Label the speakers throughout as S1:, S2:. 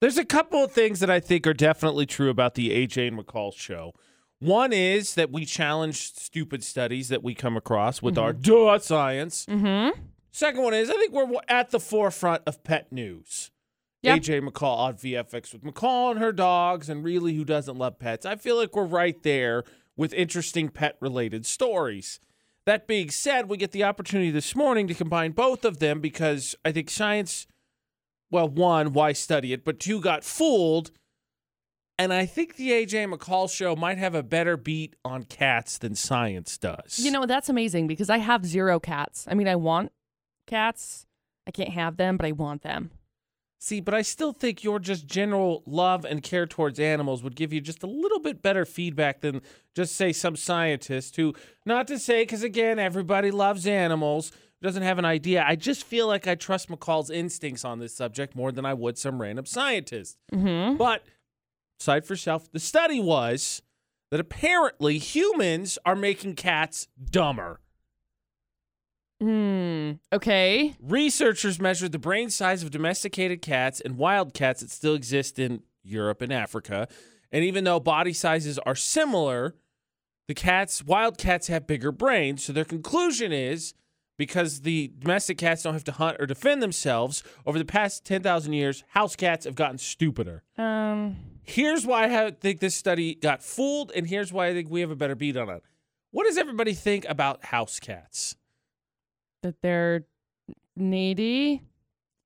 S1: There's a couple of things that I think are definitely true about the AJ and McCall show. One is that we challenge stupid studies that we come across with our duh science.
S2: Mm-hmm.
S1: Second one is I think we're at the forefront of pet news.
S2: Yeah.
S1: AJ McCall on VFX with McCall and her dogs, and really who doesn't love pets. I feel like we're right there with interesting pet related stories. That being said, we get the opportunity this morning to combine both of them because I think science, well, one, why study it? But two, got fooled. And I think the AJ McCall show might have a better beat on cats than science does.
S2: You know, that's amazing because I have zero cats. I mean, I want cats. I can't have them, but I want them.
S1: See, but I still think your just general love and care towards animals would give you just a little bit better feedback than just say some scientist who, not to say, because again, everybody loves animals, doesn't have an idea. I just feel like I trust McCall's instincts on this subject more than I would some random scientist.
S2: Mm-hmm.
S1: But aside for self, the study was that apparently humans are making cats dumber.
S2: Hmm. Okay.
S1: Researchers measured the brain size of domesticated cats and wild cats that still exist in Europe and Africa. And even though body sizes are similar, the cats, wild cats have bigger brains. So their conclusion is because the domestic cats don't have to hunt or defend themselves, over the past 10,000 years, house cats have gotten stupider.
S2: Um.
S1: Here's why I ha- think this study got fooled, and here's why I think we have a better beat on it. What does everybody think about house cats?
S2: That they're needy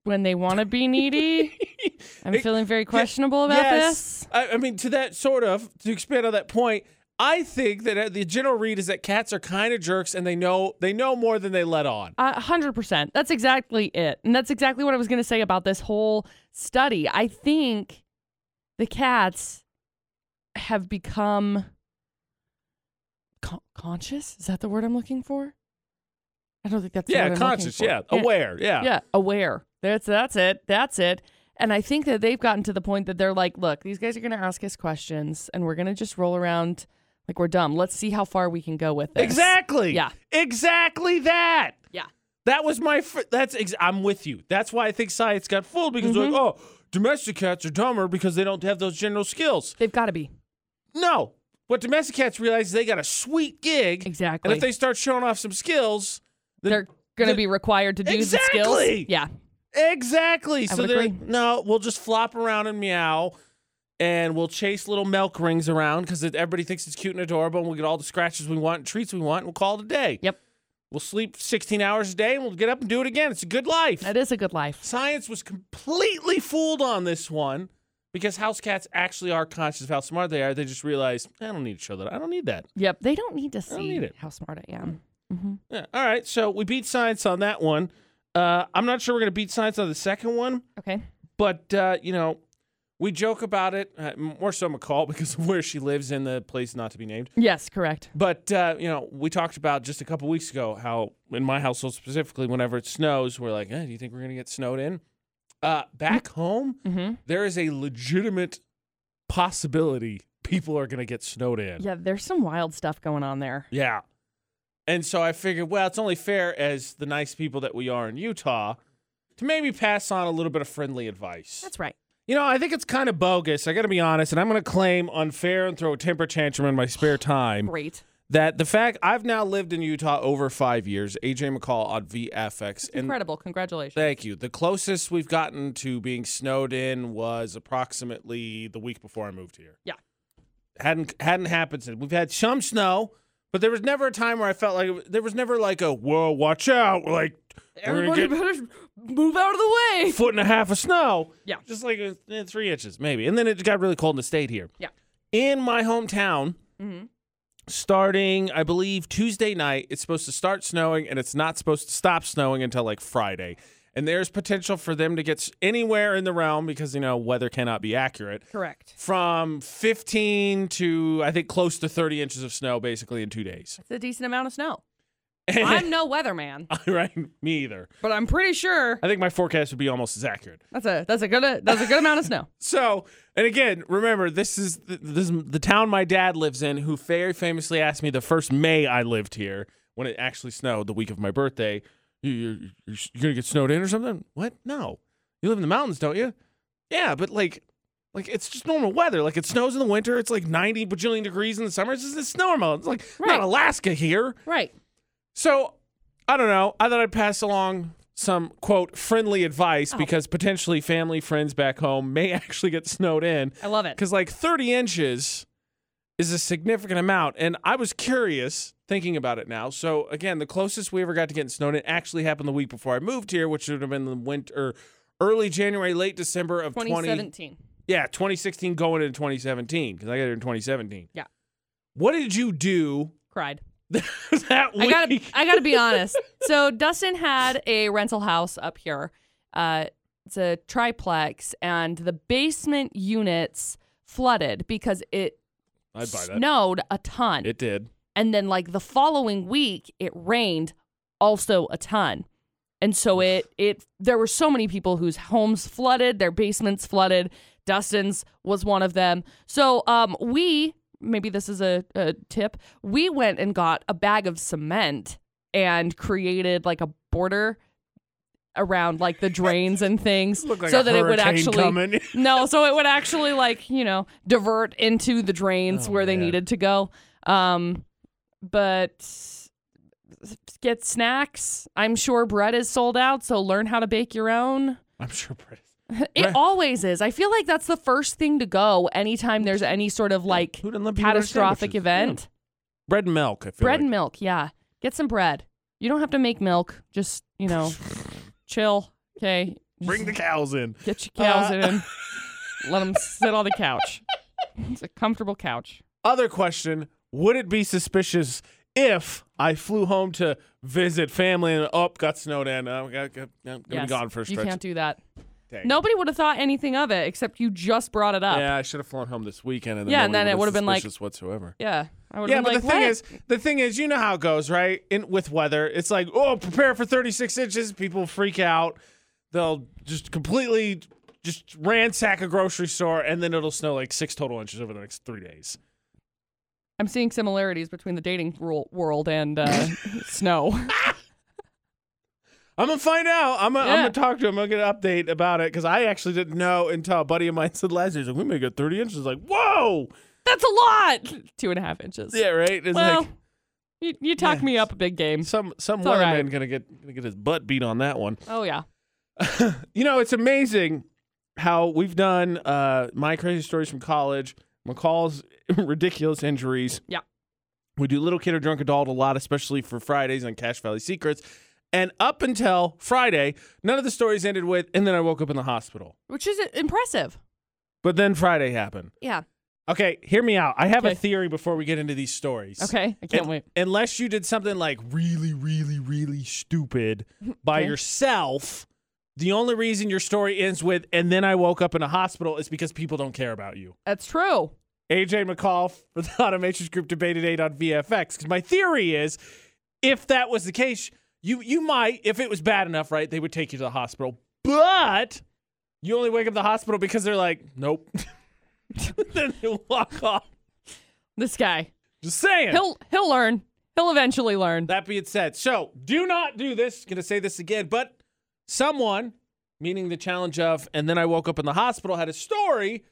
S2: when they want to be needy. I'm
S1: It-
S2: feeling very questionable about this.
S1: I, I mean, to that sort of to expand on that point, I think that uh, the general read is that cats are kind of jerks and they know they know more than they let on.
S2: A hundred percent. That's exactly it, and that's exactly what I was going to say about this whole study. I think the cats have become con- conscious. Is that the word I'm looking for? I don't think that's the word I'm
S1: yeah,
S2: looking
S1: conscious.
S2: for.
S1: Yeah, aware. Yeah.
S2: yeah, aware. That's that's it. That's it. And I think that they've gotten to the point that they're like, look, these guys are going to ask us questions, and we're going to just roll around like we're dumb. Let's see how far we can go with this.
S1: Exactly.
S2: Yeah.
S1: Exactly that.
S2: Yeah.
S1: That was my. Fr- that's. Ex- I'm with you. That's why I think science got fooled because like,
S2: Mm-hmm.
S1: oh, domestic cats are dumber because they don't have those general skills.
S2: They've got to be.
S1: No. What domestic cats realize is they got a sweet gig.
S2: Exactly.
S1: And if they start showing off some skills, then
S2: they're going to
S1: the-
S2: be required to do the
S1: Exactly!
S2: skills. Yeah.
S1: Exactly. so
S2: would
S1: they're
S2: agree.
S1: like, no, we'll just flop around and meow, and we'll chase little milk rings around because everybody thinks it's cute and adorable, and we'll get all the scratches we want and treats we want, and we'll call it a day.
S2: Yep.
S1: We'll sleep 16 hours a day, and we'll get up and do it again. It's a good life.
S2: That is a good life.
S1: Science was completely fooled on this one because house cats actually are conscious of how smart they are. They just realize, I don't need to show that. I don't need that.
S2: Yep. They don't need to see
S1: don't need it.
S2: how smart I am. hmm
S1: Yeah. All right. So we beat science on that one. Uh, I'm not sure we're going to beat science on the second one.
S2: Okay.
S1: but uh, you know, we joke about it uh, more so McCall because of where she lives in the place not to be named.
S2: Yes, correct.
S1: But uh, you know, we talked about just a couple weeks ago how in my household specifically, whenever it snows, we're like, eh, "Do you think we're gonna get snowed in?" Uh, back home,
S2: hmm
S1: there is a legitimate possibility people are gonna get snowed in.
S2: Yeah, there's some wild stuff going on there.
S1: Yeah. And so I figured, well, it's only fair as the nice people that we are in Utah to maybe pass on a little bit of friendly advice.
S2: That's right.
S1: You know, I think it's kind of bogus. I got to be honest, and I'm going to claim unfair and throw a temper tantrum in my spare time
S2: Great.
S1: that the fact I've now lived in Utah over five years, AJ McCall on VFX. And
S2: Incredible. Congratulations.
S1: thank you. The closest we've gotten to being snowed in was approximately the week before I moved here.
S2: Yeah.
S1: Hadn't hadn't happened since. We've had some snow, but there was never a time where I felt like it was- there was never like a whoa, watch out, like we're gonna
S2: Everybody
S1: get-
S2: better move out of the way.
S1: foot and a half of snow.
S2: Yeah.
S1: Just like uh, eh, three inches, maybe. And then it got really cold and it stayed here.
S2: Yeah.
S1: In my hometown,
S2: Mhm.
S1: starting, I believe, Tuesday night, it's supposed to start snowing and it's not supposed to stop snowing until like Friday. And there's potential for them to get s- anywhere in the realm because, you know, weather cannot be accurate.
S2: Correct.
S1: From 15 to, I think, close to 30 inches of snow basically in two days.
S2: It's a decent amount of snow. I'm no weatherman,
S1: right? Me either.
S2: but I'm pretty sure
S1: I think my forecast would be almost as accurate.
S2: that's a that's a good that's a good amount of snow.
S1: So, and again, remember this is the, this is the town my dad lives in. Who very famously asked me the first May I lived here when it actually snowed the week of my birthday. You, you're, you're gonna get snowed in or something? What? No, you live in the mountains, don't you? Yeah, but like, like it's just normal weather. Like it snows in the winter. It's like ninety bajillion degrees in the summer. It's just it's normal. It's like
S2: Right.
S1: not Alaska here.
S2: Right.
S1: So I don't know. I thought I'd pass along some quote friendly advice
S2: Oh.
S1: because potentially family friends back home may actually get snowed in
S2: I love it.
S1: because like 30 inches is a significant amount and i was curious thinking about it now so again the closest we ever got to getting snowed in actually happened the week before i moved here which would have been the winter er, early january late december of 20
S2: 2017.
S1: yeah 2016 going into 2017 because i got here in 2017
S2: Yeah.
S1: what did you do
S2: Cried.
S1: that week
S2: I gotta, I gotta be honest. So Dustin had a rental house up here. Uh, it's a triplex, and the basement units flooded because it
S1: i'd buy that
S2: snowed a ton.
S1: it did
S2: and then like the following week, it rained also a ton. And so it it there were so many people whose homes flooded, their basements flooded. Dustin's was one of them. So um, we maybe this is a, a tip. We went and got a bag of cement and created like a border around like the drains and things
S1: Looked like
S2: so
S1: a
S2: that it would
S1: hurricane
S2: actually
S1: coming.
S2: no, so it would actually like you know divert into the drains
S1: Oh,
S2: where they
S1: man.
S2: needed to go. Um, but get snacks. I'm sure bread is sold out, so learn how to bake your own.
S1: i'm sure Brett-
S2: It
S1: Right.
S2: always is. I feel like that's the first thing to go anytime there's any sort of like
S1: Who didn't let people order
S2: catastrophic
S1: sandwiches?
S2: event.
S1: Yeah. bread and milk i feel
S2: Bread
S1: like.
S2: and milk, yeah. Get some bread. You don't have to make milk. Just you know, chill. Okay.
S1: bring the cows in
S2: Get your cows
S1: Uh,
S2: in. Let them sit on the couch. It's a comfortable couch.
S1: Other question Would it be suspicious if I flew home to visit family and oh, got snowed in? I'm gonna, gonna
S2: Yes.
S1: be gone for a
S2: You
S1: stretch.
S2: can't do that.
S1: Dang.
S2: Nobody would have thought anything of it except you just brought it up.
S1: Yeah, I should have flown home this weekend. And then
S2: Yeah, and then
S1: nobody
S2: it
S1: would've
S2: would've been like-
S1: suspicious whatsoever.
S2: Yeah. I would
S1: Yeah,
S2: have
S1: but
S2: been like,
S1: the thing
S2: "What?"
S1: is, the thing is, you know how it goes, right? In with weather, it's like, oh, prepare for 36 inches. People freak out. They'll just completely just ransack a grocery store, and then it'll snow like six total inches over the next three days.
S2: I'm seeing similarities between the dating rule- world and uh, snow.
S1: I'm gonna find out. I'm gonna, I'm
S2: Yeah.
S1: gonna talk to him. I'm gonna get an update about it because I actually didn't know until a buddy of mine said last year. He's like, we may get 30 inches. Like, whoa.
S2: That's a lot. Two and a half inches.
S1: Yeah, right. It's
S2: well,
S1: like
S2: you, you talk
S1: Yeah.
S2: me up a big game.
S1: some some
S2: all
S1: weatherman
S2: right.
S1: gonna get gonna get his butt beat on that one.
S2: Oh yeah.
S1: You know, it's amazing how we've done uh, my crazy stories from college, McCall's ridiculous injuries.
S2: Yeah.
S1: We do little kid or drunk adult a lot, especially for Fridays on Cash Valley Secrets. And up until Friday, none of the stories ended with, and then I woke up in the hospital.
S2: Which is impressive.
S1: But then Friday happened.
S2: Yeah.
S1: Okay, hear me out. I have a
S2: Okay.
S1: theory before we get into these stories.
S2: Okay. I can't
S1: Un-
S2: wait.
S1: Unless you did something like really, really, really stupid by
S2: Okay.
S1: yourself, the only reason your story ends with, and then I woke up in a hospital is because people don't care about you.
S2: That's true.
S1: AJ McCall for the Automations Group debated eight on VFX. Because my theory is if that was the case, you you might, if it was bad enough, right, they would take you to the hospital. But you only wake up in the hospital because they're like, nope. then they walk off.
S2: This guy.
S1: Just saying.
S2: He'll he'll learn. He'll eventually learn.
S1: That being said, so do not do this. Going to say this again, but someone, meaning the challenge of, and then I woke up in the hospital, had a story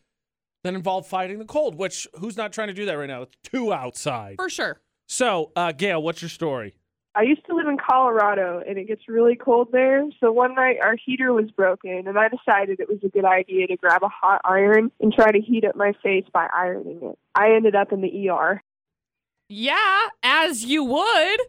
S1: that involved fighting the cold, which who's not trying to do that right now? It's two outside.
S2: For sure.
S1: So, uh, Gail, what's your story?
S3: I used to live in Colorado and it gets really cold there. So one night our heater was broken and I decided it was a good idea to grab a hot iron and try to heat up my face by ironing it. I ended up in the ER.
S2: Yeah, as you would.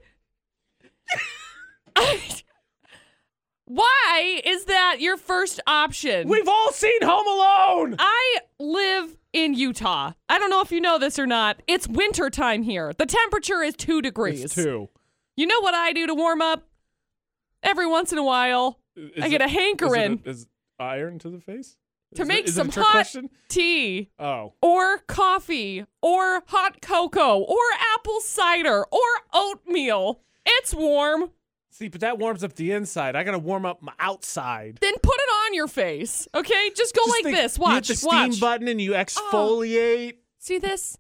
S2: Why is that your first option?
S1: We've all seen Home Alone.
S2: I live in Utah. I don't know if you know this or not. It's winter time here. The temperature is 2 degrees.
S1: It's two.
S2: You know what I do to warm up? Every once in a while, I get a hankering
S1: Is iron to the face?
S2: to make
S1: is
S2: some
S1: it a trick
S2: hot
S1: question?
S2: tea
S1: Oh,
S2: or coffee or hot cocoa or apple cider or oatmeal. It's warm.
S1: see, but that warms up the inside. I gotta warm up my outside.
S2: Then put it on your face. Okay? Just go
S1: Just
S2: like
S1: think,
S2: this.
S1: You
S2: Watch.
S1: hit the steam
S2: watch. Oh.
S1: button and you exfoliate.
S2: See this?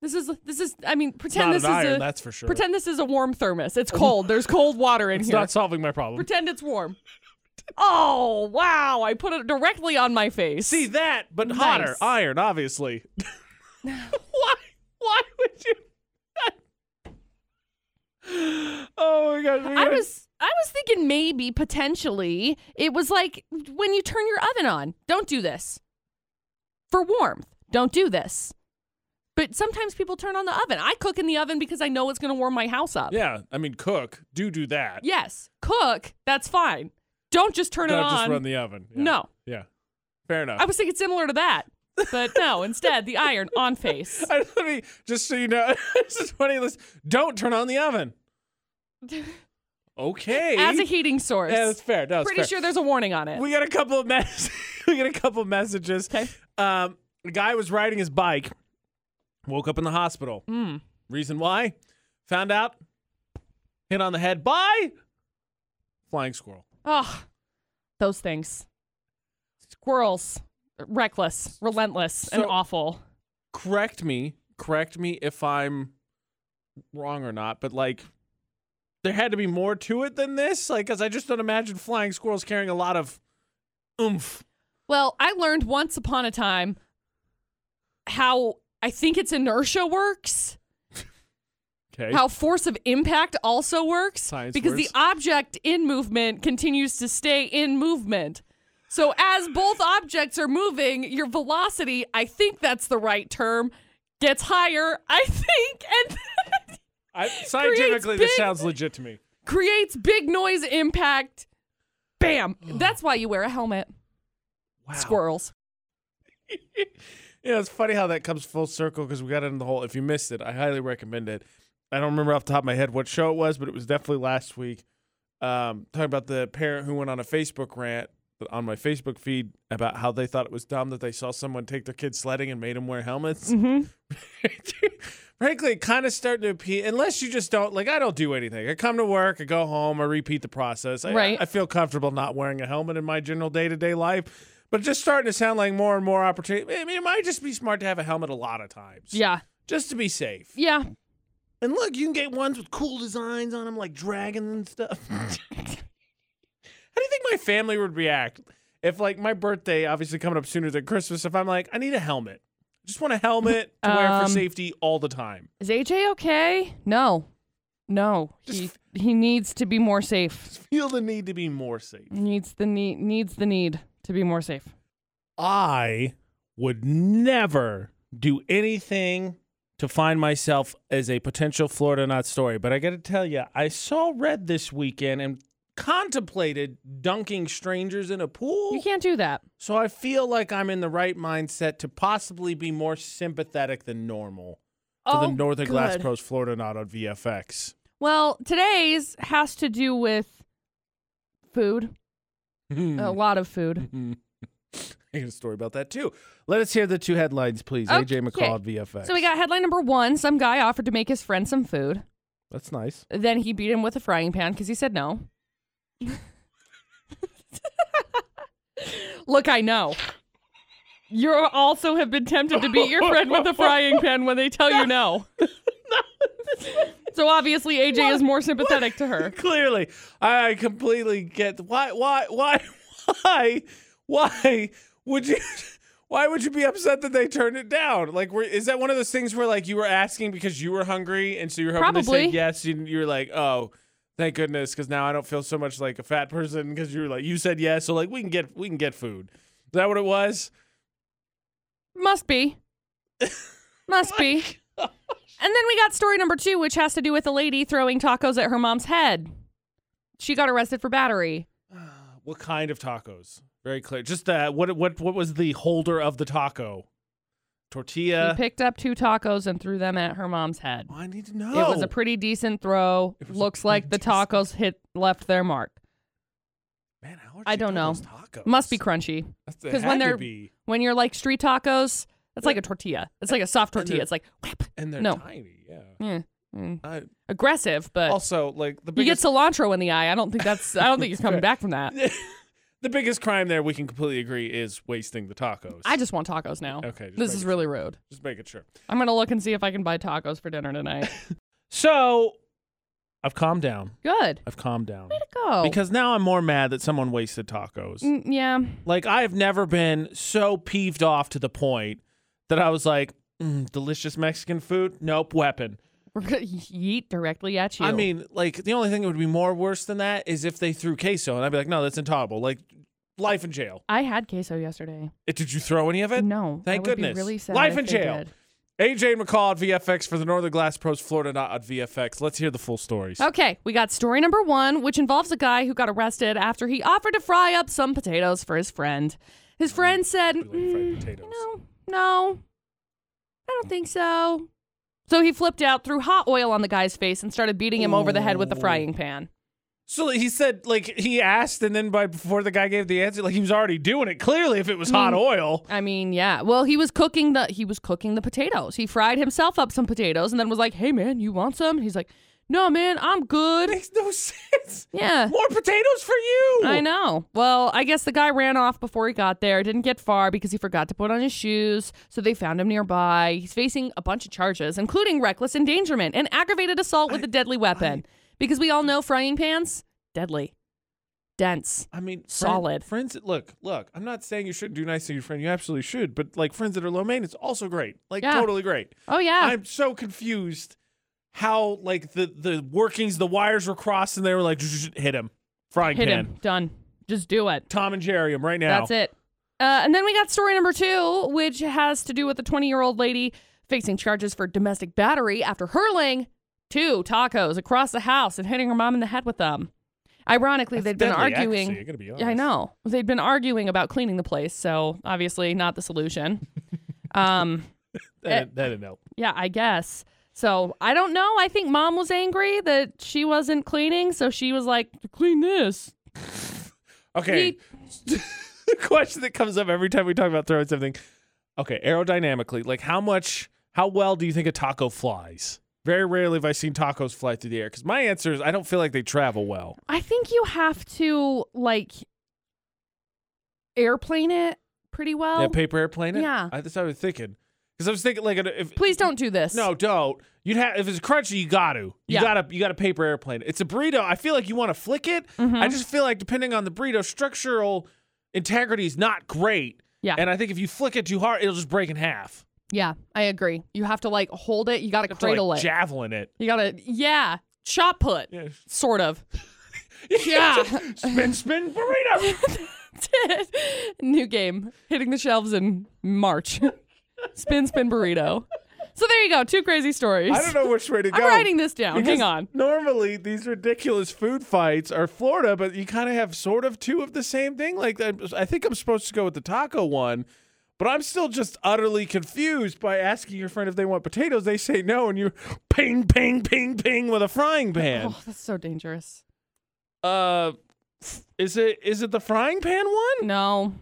S2: This is this is I mean, pretend
S1: not
S2: this
S1: an
S2: is
S1: iron,
S2: a
S1: that's for sure.
S2: pretend this is a warm thermos. It's cold. There's cold water in
S1: it's
S2: here.
S1: not solving my problem.
S2: pretend it's warm. Oh, wow. I put it directly on my face.
S1: See that, but hotter.
S2: Nice.
S1: Iron, obviously.
S2: why? Why would you?
S1: Oh my gosh. we
S2: I
S1: gotta-
S2: was I was thinking maybe potentially it was like when you turn your oven on, don't do this. For warmth, don't do this. But sometimes people turn on the oven. I cook in the oven because I know it's going to warm my house up.
S1: Yeah, I mean, cook. Do do that.
S2: Yes, cook, that's fine. Don't just turn it
S1: Don't
S2: on.
S1: just run the oven. Yeah.
S2: No.
S1: Yeah. Fair enough.
S2: I was thinking similar to that. But no, instead the iron on face.
S1: I, let me just so you know, this is funny. Listen, don't turn on the oven. Okay.
S2: As a heating source.
S1: yeah, that's fair. No, it's
S2: Pretty
S1: fair.
S2: sure there's a warning on it.
S1: we got a couple of mess. we got a couple of messages.
S2: 'Kay.
S1: Um, the guy was riding his bike, woke up in the hospital.
S2: Hmm.
S1: Reason why? Found out. Hit on the head by flying squirrel.
S2: Oh, those things. Squirrels. Reckless, relentless, and
S1: So-
S2: awful.
S1: correct me, correct me if I'm wrong or not, but like there had to be more to it than this, like cuz I just don't imagine flying squirrels carrying a lot of oomph.
S2: Well, I learned once upon a time how I think it's inertia works,
S1: Okay.
S2: how force of impact also works,
S1: Science
S2: because
S1: words.
S2: the object in movement continues to stay in movement. So as both objects are moving, your velocity, I think that's the right term, gets higher, I think, and
S1: I, scientifically this
S2: big-
S1: sounds legit to me.
S2: creates big noise impact. Bam. That's why you wear a helmet.
S1: Wow.
S2: Squirrels.
S1: Yeah, it's funny how that comes full circle cuz we got into the whole if you missed it, I highly recommend it. I don't remember off the top of my head what show it was, but it was definitely last week. Um, talking about the parent who went on a Facebook rant on my Facebook feed about how they thought it was dumb that they saw someone take their kids sledding and made them wear helmets.
S2: Mm-hmm.
S1: frankly, kind of starting to appeal. Unless you just don't like, I don't do anything. I come to work, I go home, I repeat the process. I,
S2: Right.
S1: I feel comfortable not wearing a helmet in my general day to day life, but it's just starting to sound like more and more opportunity. I mean, it might just be smart to have a helmet a lot of times.
S2: Yeah.
S1: Just to be safe.
S2: Yeah.
S1: And look, you can get ones with cool designs on them, like dragons and stuff. How do you think my family would react if, like, my birthday obviously coming up sooner than Christmas? If I'm like, I need a helmet, just want a helmet to wear for
S2: Um,
S1: safety all the time.
S2: Is AJ okay? No. No.
S1: Just
S2: He he needs to be more safe.
S1: Feel the need to be more safe.
S2: Needs the need needs the need to be more safe.
S1: I would never do anything to find myself as a potential Florida not story. But I got to tell you, I saw red this weekend and contemplated dunking strangers in a pool.
S2: You can't do that.
S1: So I feel like I'm in the right mindset to possibly be more sympathetic than normal to the Northern Glass
S2: Oh, good.
S1: Pros Florida Knot on VFX.
S2: Well, today's has to do with food. A
S1: Mm.
S2: lot of food.
S1: Mm-hmm. I got a story about that too. Let us hear the two headlines, please. AJ McCall at VFX.
S2: So we got headline number one: Some guy offered to make his friend some food.
S1: That's nice.
S2: Then he beat him with a frying pan because he said no. Look, I know. You also have been tempted to beat your friend with a frying pan when they tell you no. so obviously, AJ is more sympathetic to her.
S1: Clearly, I completely get why, why, why, why, why would you? Why would you be upset that they turned it down? Like, were, is that one of those things where like you were asking because you were hungry and so you were hoping they
S2: Probably.
S1: said yes? And you were like, oh, thank goodness, because now I don't feel so much like a fat person because you were like you said yes, so like we can get we can get food. Is that what it was?
S2: Must be. Must be. And then we got story number two, which has to do with a lady throwing tacos at her mom's head. She got arrested for battery.
S1: Uh, What kind of tacos? Very clear. Just that. What what what was the holder of the taco? Tortilla. Oh,
S2: He picked up two tacos and threw them at her mom's head.
S1: I need to know.
S2: It was a pretty decent throw.
S1: It was a
S2: Looks like the
S1: pretty decent-
S2: tacos hit left their mark.
S1: Man, how
S2: I don't know.
S1: Tacos?
S2: Must be crunchy.
S1: That's- it
S2: 'cause when
S1: had to
S2: they're-
S1: be.
S2: When you're like street tacos, it's like a tortilla. It's like a soft
S1: And they're-
S2: tortilla. It's like whip.
S1: and they're
S2: no.
S1: tiny. Yeah.
S2: Yeah. Mm.
S1: I,
S2: Aggressive, but
S1: also, like the
S2: you get
S1: biggest
S2: cilantro in the eye. I don't think that's. I don't think you're coming
S1: Fair.
S2: back from that.
S1: the biggest crime there we can completely agree is wasting the tacos.
S2: I just want tacos now.
S1: Okay, just
S2: This
S1: making
S2: is
S1: sure.
S2: really rude.
S1: just making sure.
S2: I'm gonna look and see if I can buy tacos for dinner tonight.
S1: So I've calmed down.
S2: Good.
S1: I've calmed down.
S2: Go.
S1: Because now I'm more mad that someone wasted tacos.
S2: Mm, yeah.
S1: Like I've never been so peeved off to the point that I was like, mm, delicious Mexican food, nope, weapon.
S2: We're going to yeet directly at you.
S1: I mean, like the only thing that would be more worse than that is if they threw queso, and I'd be like, no, that's intolerable. Like life in jail.
S2: I had queso yesterday.
S1: Eh, Did you throw any of it?
S2: No.
S1: Thank
S2: I would
S1: goodness.
S2: Be really sad
S1: Life
S2: if
S1: in
S2: they
S1: jail.
S2: did.
S1: AJ and McCall at VFX for the Northern Glass Pros Florida not at VFX. Let's hear the full stories.
S2: Okay, we got story number one, which involves a guy who got arrested after he offered to fry up some potatoes for his friend. His friend said,
S1: Like fried
S2: "Mm,
S1: potatoes.
S2: No, no, I don't think so. So he flipped out, threw hot oil on the guy's face, and started beating him over the head with the
S1: Ooh.
S2: frying pan.
S1: So he said, like he asked, and then by before the guy gave the answer, like he was already doing it. Clearly, if it was
S2: Mm.
S1: hot oil,
S2: I mean, yeah. Well, he was cooking the he was cooking the potatoes. He fried himself up some potatoes and then was like, "Hey, man, you want some?" And he's like, "No, man, I'm good."
S1: makes no sense.
S2: Yeah.
S1: More potatoes for you.
S2: I know. Well, I guess the guy ran off before he got there. Didn't get far because he forgot to put on his shoes. So they found him nearby. He's facing a bunch of charges, including reckless endangerment and aggravated assault with a deadly weapon. because we all know frying pans, deadly, dense.
S1: I mean, friend-
S2: Solid.
S1: friends. that- Look, look. I'm not saying you shouldn't do nice to your friend. You absolutely should. But like friends that are low maintenance, also great. Like
S2: Yeah.
S1: totally great.
S2: Oh yeah.
S1: I'm so confused how like the the workings, the wires were crossed, and they were like hit him, frying
S2: Hit
S1: pan.
S2: him. Done. Just do it.
S1: Tom and Jerry him right now.
S2: That's it. Uh, and then we got story number two, which has to do with a 20 year old lady facing charges for domestic battery after hurling two tacos across the house and hitting her mom in the head with them. Ironically,
S1: That's
S2: they'd been
S1: deadly
S2: arguing.
S1: accuracy, I gotta be
S2: Yeah, I
S1: honest.
S2: know. They'd been arguing about cleaning the place, so obviously not the solution. um,
S1: That, that didn't help.
S2: yeah, I guess. So I don't know. I think mom was angry that she wasn't cleaning, so she was like, "Clean this."
S1: Okay. the question that comes up every time we talk about throwing something. Okay, aerodynamically, like how much, how well do you think a taco flies? Very rarely have I seen tacos fly through the air because my answer is I don't feel like they travel well.
S2: I think you have to like airplane it pretty well.
S1: yeah, paper airplane. It?
S2: Oh, yeah.
S1: I, that's what I was thinking because I was thinking like if
S2: Please don't do this.
S1: no, don't. You'd have if it's crunchy, you got to. You
S2: Yeah.
S1: gotta you gotta paper airplane. it. It's a burrito. I feel like you want to flick it.
S2: Mm-hmm.
S1: I just feel like depending on the burrito, structural integrity is not great.
S2: Yeah.
S1: And I think if you flick it too hard, it'll just break in half.
S2: Yeah, I agree. You have to like hold it. You got to
S1: have to, like,
S2: cradle it.
S1: javelin it.
S2: you got to yeah, shot put.
S1: Yeah.
S2: Sort of. Yeah.
S1: spin, spin, burrito.
S2: New game. Hitting the shelves in March. spin spin burrito. So there you go. Two crazy stories.
S1: I don't know which way to go.
S2: I'm writing this down.
S1: because
S2: Hang on.
S1: Normally, these ridiculous food fights are Florida, but you kind of have sort of two of the same thing. Like, I I think I'm supposed to go with the taco one, but I'm still just utterly confused by asking your friend if they want potatoes. They say no, and you ping, ping, ping, ping with a frying pan.
S2: Oh, that's so dangerous.
S1: Uh, is it is it the frying pan one?
S2: No.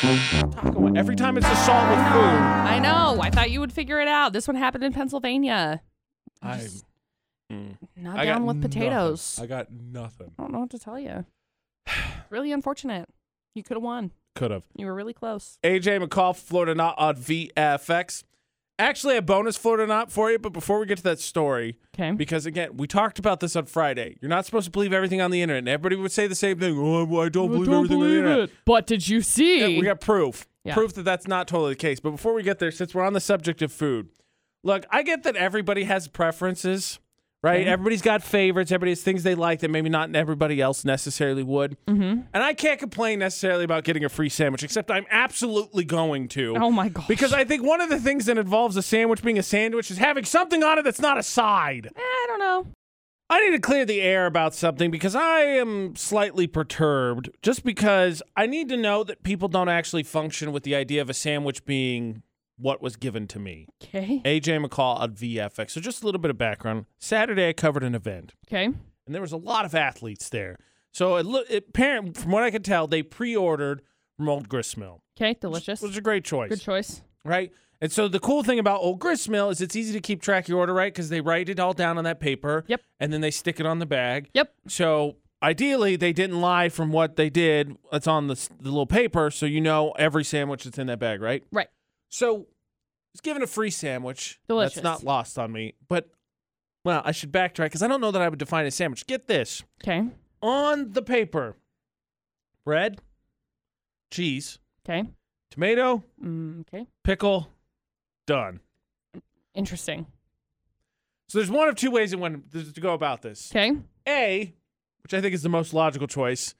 S1: Taco one. Every time it's assault with food.
S2: I know. I thought you would figure it out. This one happened in Pennsylvania.
S1: I'm
S2: Just
S1: mm.
S2: not down with potatoes.
S1: I got nothing.
S2: I don't know what to tell you. It's really unfortunate. You could have won.
S1: Could have.
S2: You were really close.
S1: AJ McCall, Florida Not on VFX. Actually, a bonus Florida Not for you, but before we get to that story,
S2: Okay.
S1: because again, we talked about this on Friday. You're not supposed to believe everything on the internet. And everybody would say the same thing. Oh, I- I don't believe everything on the internet.
S2: But did you see?
S1: Yeah, Uh, we got proof.
S2: Yeah.
S1: Proof that that's not totally the case. But before we get there, since we're on the subject of food, look, I get that everybody has preferences, right? Everybody's got favorites. Everybody has things they like that maybe not everybody else necessarily would. Mm-hmm. And I can't complain necessarily about getting a free sandwich, except I'm absolutely going to.
S2: oh my god.
S1: Because I think one of the things that involves a sandwich being a sandwich is having something on it that's not a side.
S2: Eh, I don't know.
S1: I need to clear the air about something because I am slightly perturbed just because I need to know that people don't actually function with the idea of a sandwich being what was given to me.
S2: Okay.
S1: AJ McCall at VFX. So, just a little bit of background. Saturday, I covered an event
S2: Okay.
S1: and there was a lot of athletes there. So, it, lo- it, apparent, from what I could tell, they pre ordered from Old Gristmill,
S2: Okay. Delicious.
S1: which was a great choice
S2: Good choice.
S1: right? And so the cool thing about Old Gristmill is it's easy to keep track of your order, right? Because they write it all down on that paper.
S2: Yep.
S1: And then they stick it on the bag.
S2: Yep.
S1: So ideally, they didn't lie from what they did. It's on the, s- the little paper, so you know every sandwich that's in that bag, right?
S2: Right.
S1: So I was given a free sandwich.
S2: Delicious.
S1: That's not lost on me. But Well, I should backtrack because I don't know that I would define a sandwich. Get this
S2: Okay.
S1: on the paper bread, cheese,
S2: Okay.
S1: tomato,
S2: Mm, okay.
S1: pickle, done.
S2: Interesting.
S1: So there's one of two ways in when to go about this.
S2: Okay.
S1: A, which I think is the most logical choice,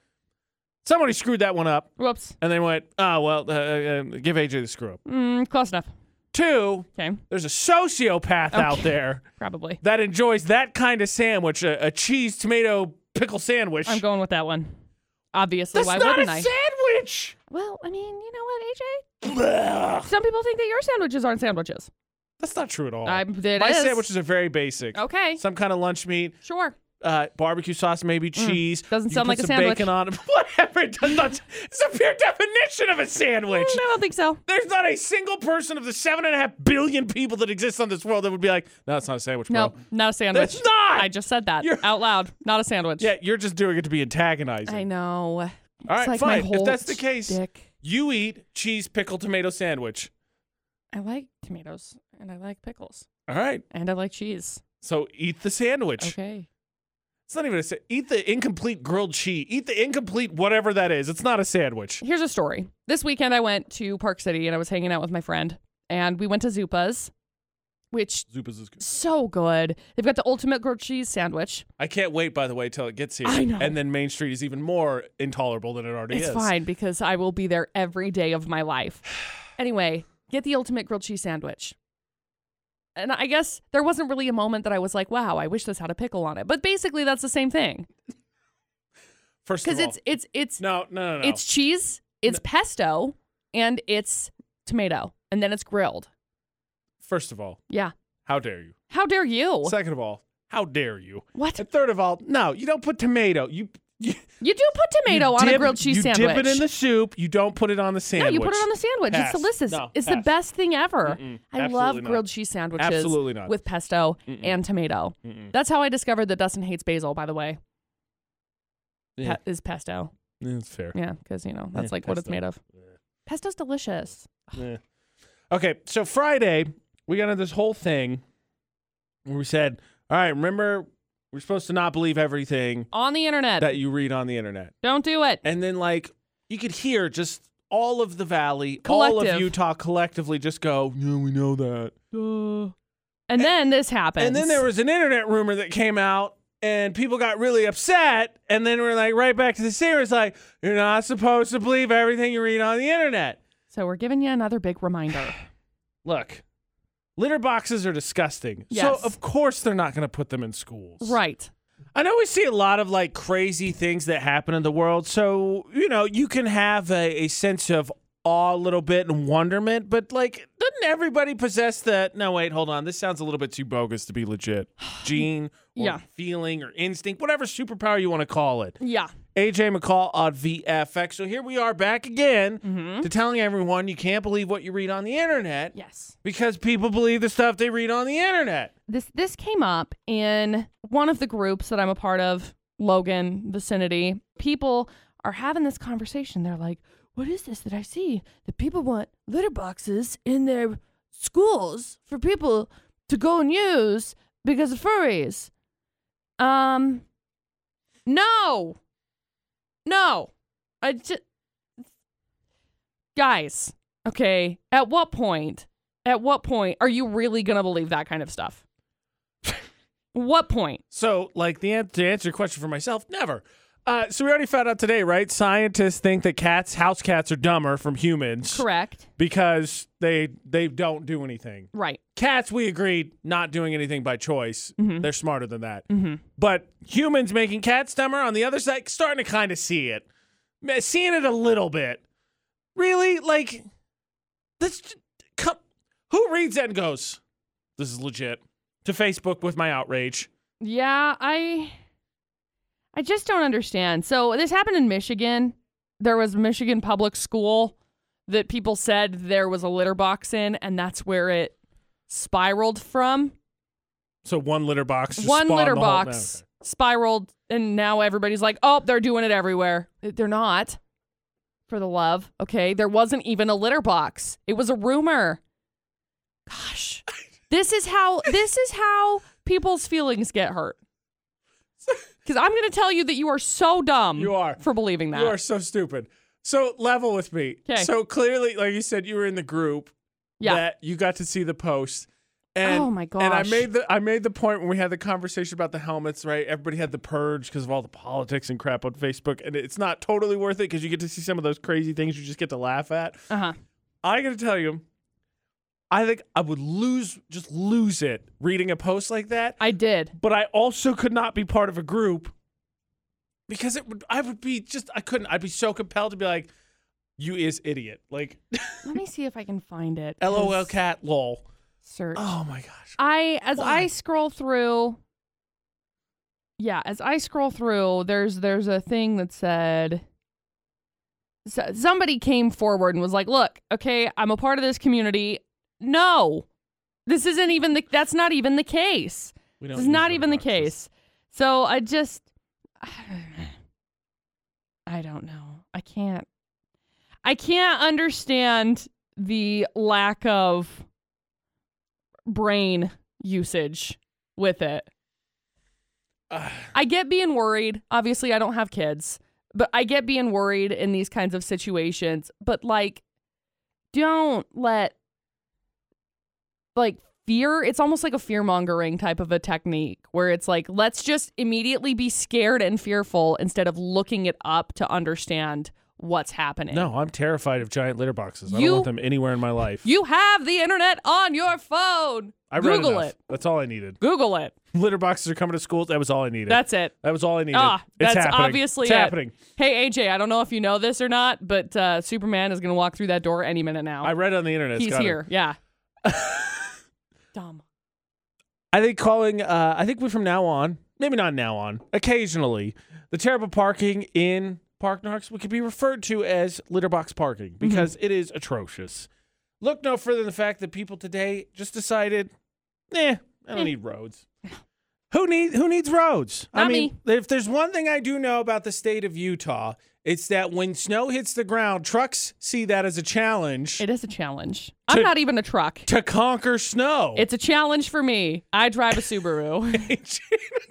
S1: somebody screwed that one up
S2: Whoops.
S1: and they went, oh, well, uh, uh, give AJ the screw up.
S2: Mm, close enough.
S1: Two,
S2: Okay.
S1: there's a sociopath out
S2: Okay.
S1: there
S2: Probably.
S1: that enjoys that kind of sandwich, a, a cheese, tomato, pickle sandwich.
S2: I'm going with that one. Obviously,
S1: That's
S2: why
S1: not
S2: wouldn't
S1: a
S2: I?
S1: sandwich.
S2: well, I mean, you know what, AJ?
S1: Blech.
S2: Some people think that your sandwiches aren't sandwiches.
S1: That's not true at all.
S2: I'm, it
S1: Oh. My
S2: is.
S1: sandwiches are very basic.
S2: Okay.
S1: Some kind of lunch meat,
S2: Sure.
S1: uh, barbecue sauce, maybe cheese.
S2: Mm. doesn't
S1: You
S2: sound
S1: put
S2: like a
S1: some
S2: sandwich.
S1: Bacon on it. Whatever. It does not. It's a pure definition of a sandwich.
S2: Mm, I don't think so.
S1: There's not a single person of the seven and a half billion people that exist on this world that would be like, "No, it's not a sandwich, bro."
S2: No, not a sandwich.
S1: That's not.
S2: I just said that
S1: You're-
S2: out loud. Not a sandwich.
S1: yeah, you're just doing it to be antagonizing.
S2: I know. All
S1: All right,
S2: it's like
S1: fine.
S2: My whole
S1: if that's the case,
S2: shtick.
S1: you eat cheese, pickle, tomato sandwich.
S2: I like tomatoes and I like pickles
S1: All right.
S2: and I like cheese.
S1: So eat the sandwich.
S2: Okay.
S1: It's not even a sa- eat the incomplete grilled cheese. Eat the incomplete whatever that is. It's not a sandwich.
S2: Here's a story. This weekend I went to Park City and I was hanging out with my friend and we went to Zupa's, which
S1: Zupas is good.
S2: so good. They've got the ultimate grilled cheese sandwich.
S1: I can't wait, by the way, till it gets here.
S2: I know.
S1: And then Main Street is even more intolerable than it already
S2: it's
S1: is.
S2: fine because I will be there every day of my life. Anyway, get the ultimate grilled cheese sandwich. And I guess there wasn't really a moment that I was like, wow, I wish this had a pickle on it. But basically that's the same thing.
S1: First of
S2: Because
S1: all,
S2: it's it's it's
S1: no, no, no, no.
S2: It's cheese, it's pesto, and it's tomato, and then it's grilled.
S1: First of all,
S2: Yeah.
S1: how dare you?
S2: How dare you?
S1: Second of all, how dare you?
S2: what?
S1: And third of all, no, you don't put tomato. You you
S2: You do put tomato
S1: you
S2: on a
S1: dip-
S2: grilled cheese
S1: you
S2: sandwich.
S1: dip it in the soup. You don't put it on the
S2: no,
S1: sandwich.
S2: you put it on the sandwich.
S1: Pass.
S2: It's delicious.
S1: No,
S2: it's the
S1: pass.
S2: best thing ever.
S1: Mm-mm.
S2: I love
S1: Absolutely not.
S2: grilled cheese sandwiches
S1: Absolutely not.
S2: with pesto and tomato.
S1: Mm-mm.
S2: That's how I discovered that Dustin hates basil, by the way.
S1: Yeah.
S2: Pe- is pesto.
S1: Yeah, It's fair.
S2: Yeah, because, you know, that's
S1: Yeah,
S2: like what it's
S1: pesto.
S2: made of. Pesto's delicious.
S1: Yeah. Okay, so Friday we got into this whole thing where we said, "All right, remember we're supposed to not believe everything
S2: On the internet.
S1: that you read on the internet."
S2: Don't do it.
S1: And then like you could hear just all of the valley, all of
S2: Collective.
S1: Utah collectively just go, "Yeah, we know that."
S2: Duh. And then this happens.
S1: And then there was an internet rumor that came out, and people got really upset. And then we're like, right back to the series, like, you're not supposed to believe everything you read on the internet.
S2: So we're giving you another big reminder.
S1: Look, litter boxes are disgusting.
S2: Yes.
S1: So, of course, they're not going to put them in schools.
S2: right.
S1: I know we see a lot of like crazy things that happen in the world. So, you know, you can have a, a sense of awe a little bit and wonderment, but like, doesn't everybody possess that? No, wait, hold on. This sounds a little bit too bogus to be legit. Gene or
S2: Yeah.
S1: feeling or instinct, whatever superpower you want to call it.
S2: Yeah.
S1: AJ McCall on VFX. So here we are back again
S2: Mm-hmm.
S1: to telling everyone you can't believe what you read on the internet
S2: Yes.
S1: because people believe the stuff they read on the internet.
S2: This this came up in one of the groups that I'm a part of, Logan vicinity. People are having this conversation. They're like, "What is this that I see? That people want litter boxes in their schools for people to go and use because of furries." Um. No. No. I just. Guys, okay, at what point, at what point are you really going to believe that kind of stuff? what point?
S1: So, like, the an- to answer your question for myself, never. Uh, so we already found out today, right? Scientists think that cats, house cats, are dumber from humans
S2: Correct.
S1: because they they don't do anything.
S2: Right.
S1: Cats, we agreed, not doing anything by choice. They're smarter than that.
S2: Mhm.
S1: But humans making cats dumber on the other side, starting to kind of see it, Ma- seeing it a little bit. Really, like this. j- Come, who reads that and goes, "This is legit." To Facebook with my outrage.
S2: Yeah, I I just don't understand. So this happened in Michigan. There was a Michigan public school that people said there was a litter box in and that's where it spiraled from.
S1: So one litter box. Just
S2: one
S1: spawned
S2: litter
S1: the whole- no,
S2: box spiraled and now everybody's like oh they're doing it everywhere they're not for the love okay there wasn't even a litter box it was a rumor gosh this is how this is how people's feelings get hurt. Because I'm going to tell you that you are so dumb.
S1: You are.
S2: for believing that.
S1: You are so stupid. So level with me.
S2: 'Kay.
S1: So clearly, like you said, you were in the group
S2: yeah.
S1: that you got to see the post. And,
S2: Oh my
S1: And I
S2: gosh.
S1: made the I made the point when we had the conversation about the helmets, right? Everybody had the purge because of all the politics and crap on Facebook, and it's not totally worth it because you get to see some of those crazy things you just get to laugh at.
S2: Uh huh.
S1: I gotta tell you, I think I would lose just lose it reading a post like that.
S2: I did.
S1: But I also could not be part of a group because it would I would be just I couldn't I'd be so compelled to be like, you is idiot. Like
S2: Let me see if I can find it. 'cause-
S1: LOL cat lol.
S2: Search.
S1: Oh my gosh.
S2: I as
S1: Why?
S2: I scroll through Yeah, as I scroll through, there's there's a thing that said so- somebody came forward and was like, "Look, okay, I'm a part of this community. No. This isn't even the that's not even the case.
S1: We don't
S2: This is
S1: use
S2: not
S1: word
S2: even the
S1: boxes.
S2: case." So I just I don't know. I can't I can't understand the lack of brain usage with it.
S1: Ah,
S2: I get being worried. Obviously, I don't have kids, but I get being worried in these kinds of situations. But like, don't let like fear, it's almost like a fear mongering type of a technique where it's like, let's just immediately be scared and fearful instead of looking it up to understand what's happening.
S1: no, I'm terrified of giant litter boxes. I
S2: You-
S1: don't want them anywhere in my life.
S2: You have the internet on your phone.
S1: I read
S2: Google
S1: enough.
S2: it.
S1: That's all I needed.
S2: Google it.
S1: Litter boxes are coming to schools. That was all I needed.
S2: That's it.
S1: that was all I needed.
S2: Ah,
S1: it's
S2: that's
S1: happening.
S2: obviously
S1: it's
S2: it.
S1: happening.
S2: Hey AJ, I don't know if you know this or not, but uh, Superman is gonna walk through that door any minute now.
S1: I read on the internet. it's
S2: He's
S1: gotta-
S2: here. Yeah. Dumb.
S1: I think calling. Uh, I think we from now on, maybe not now on, occasionally, the terrible parking in Park Narks we could be referred to as litter box parking
S2: Mm-hmm.
S1: because it is atrocious. Look no further than the fact that people today just decided, eh, I don't
S2: Eh.
S1: need roads. Who need who needs roads? I
S2: Not
S1: mean, if there's one thing I do know about the state of Utah, it's that when snow hits the ground, trucks see that as a challenge
S2: It is a challenge.
S1: To-
S2: I'm not even a truck.
S1: to conquer snow.
S2: It's a challenge for me. I drive a Subaru.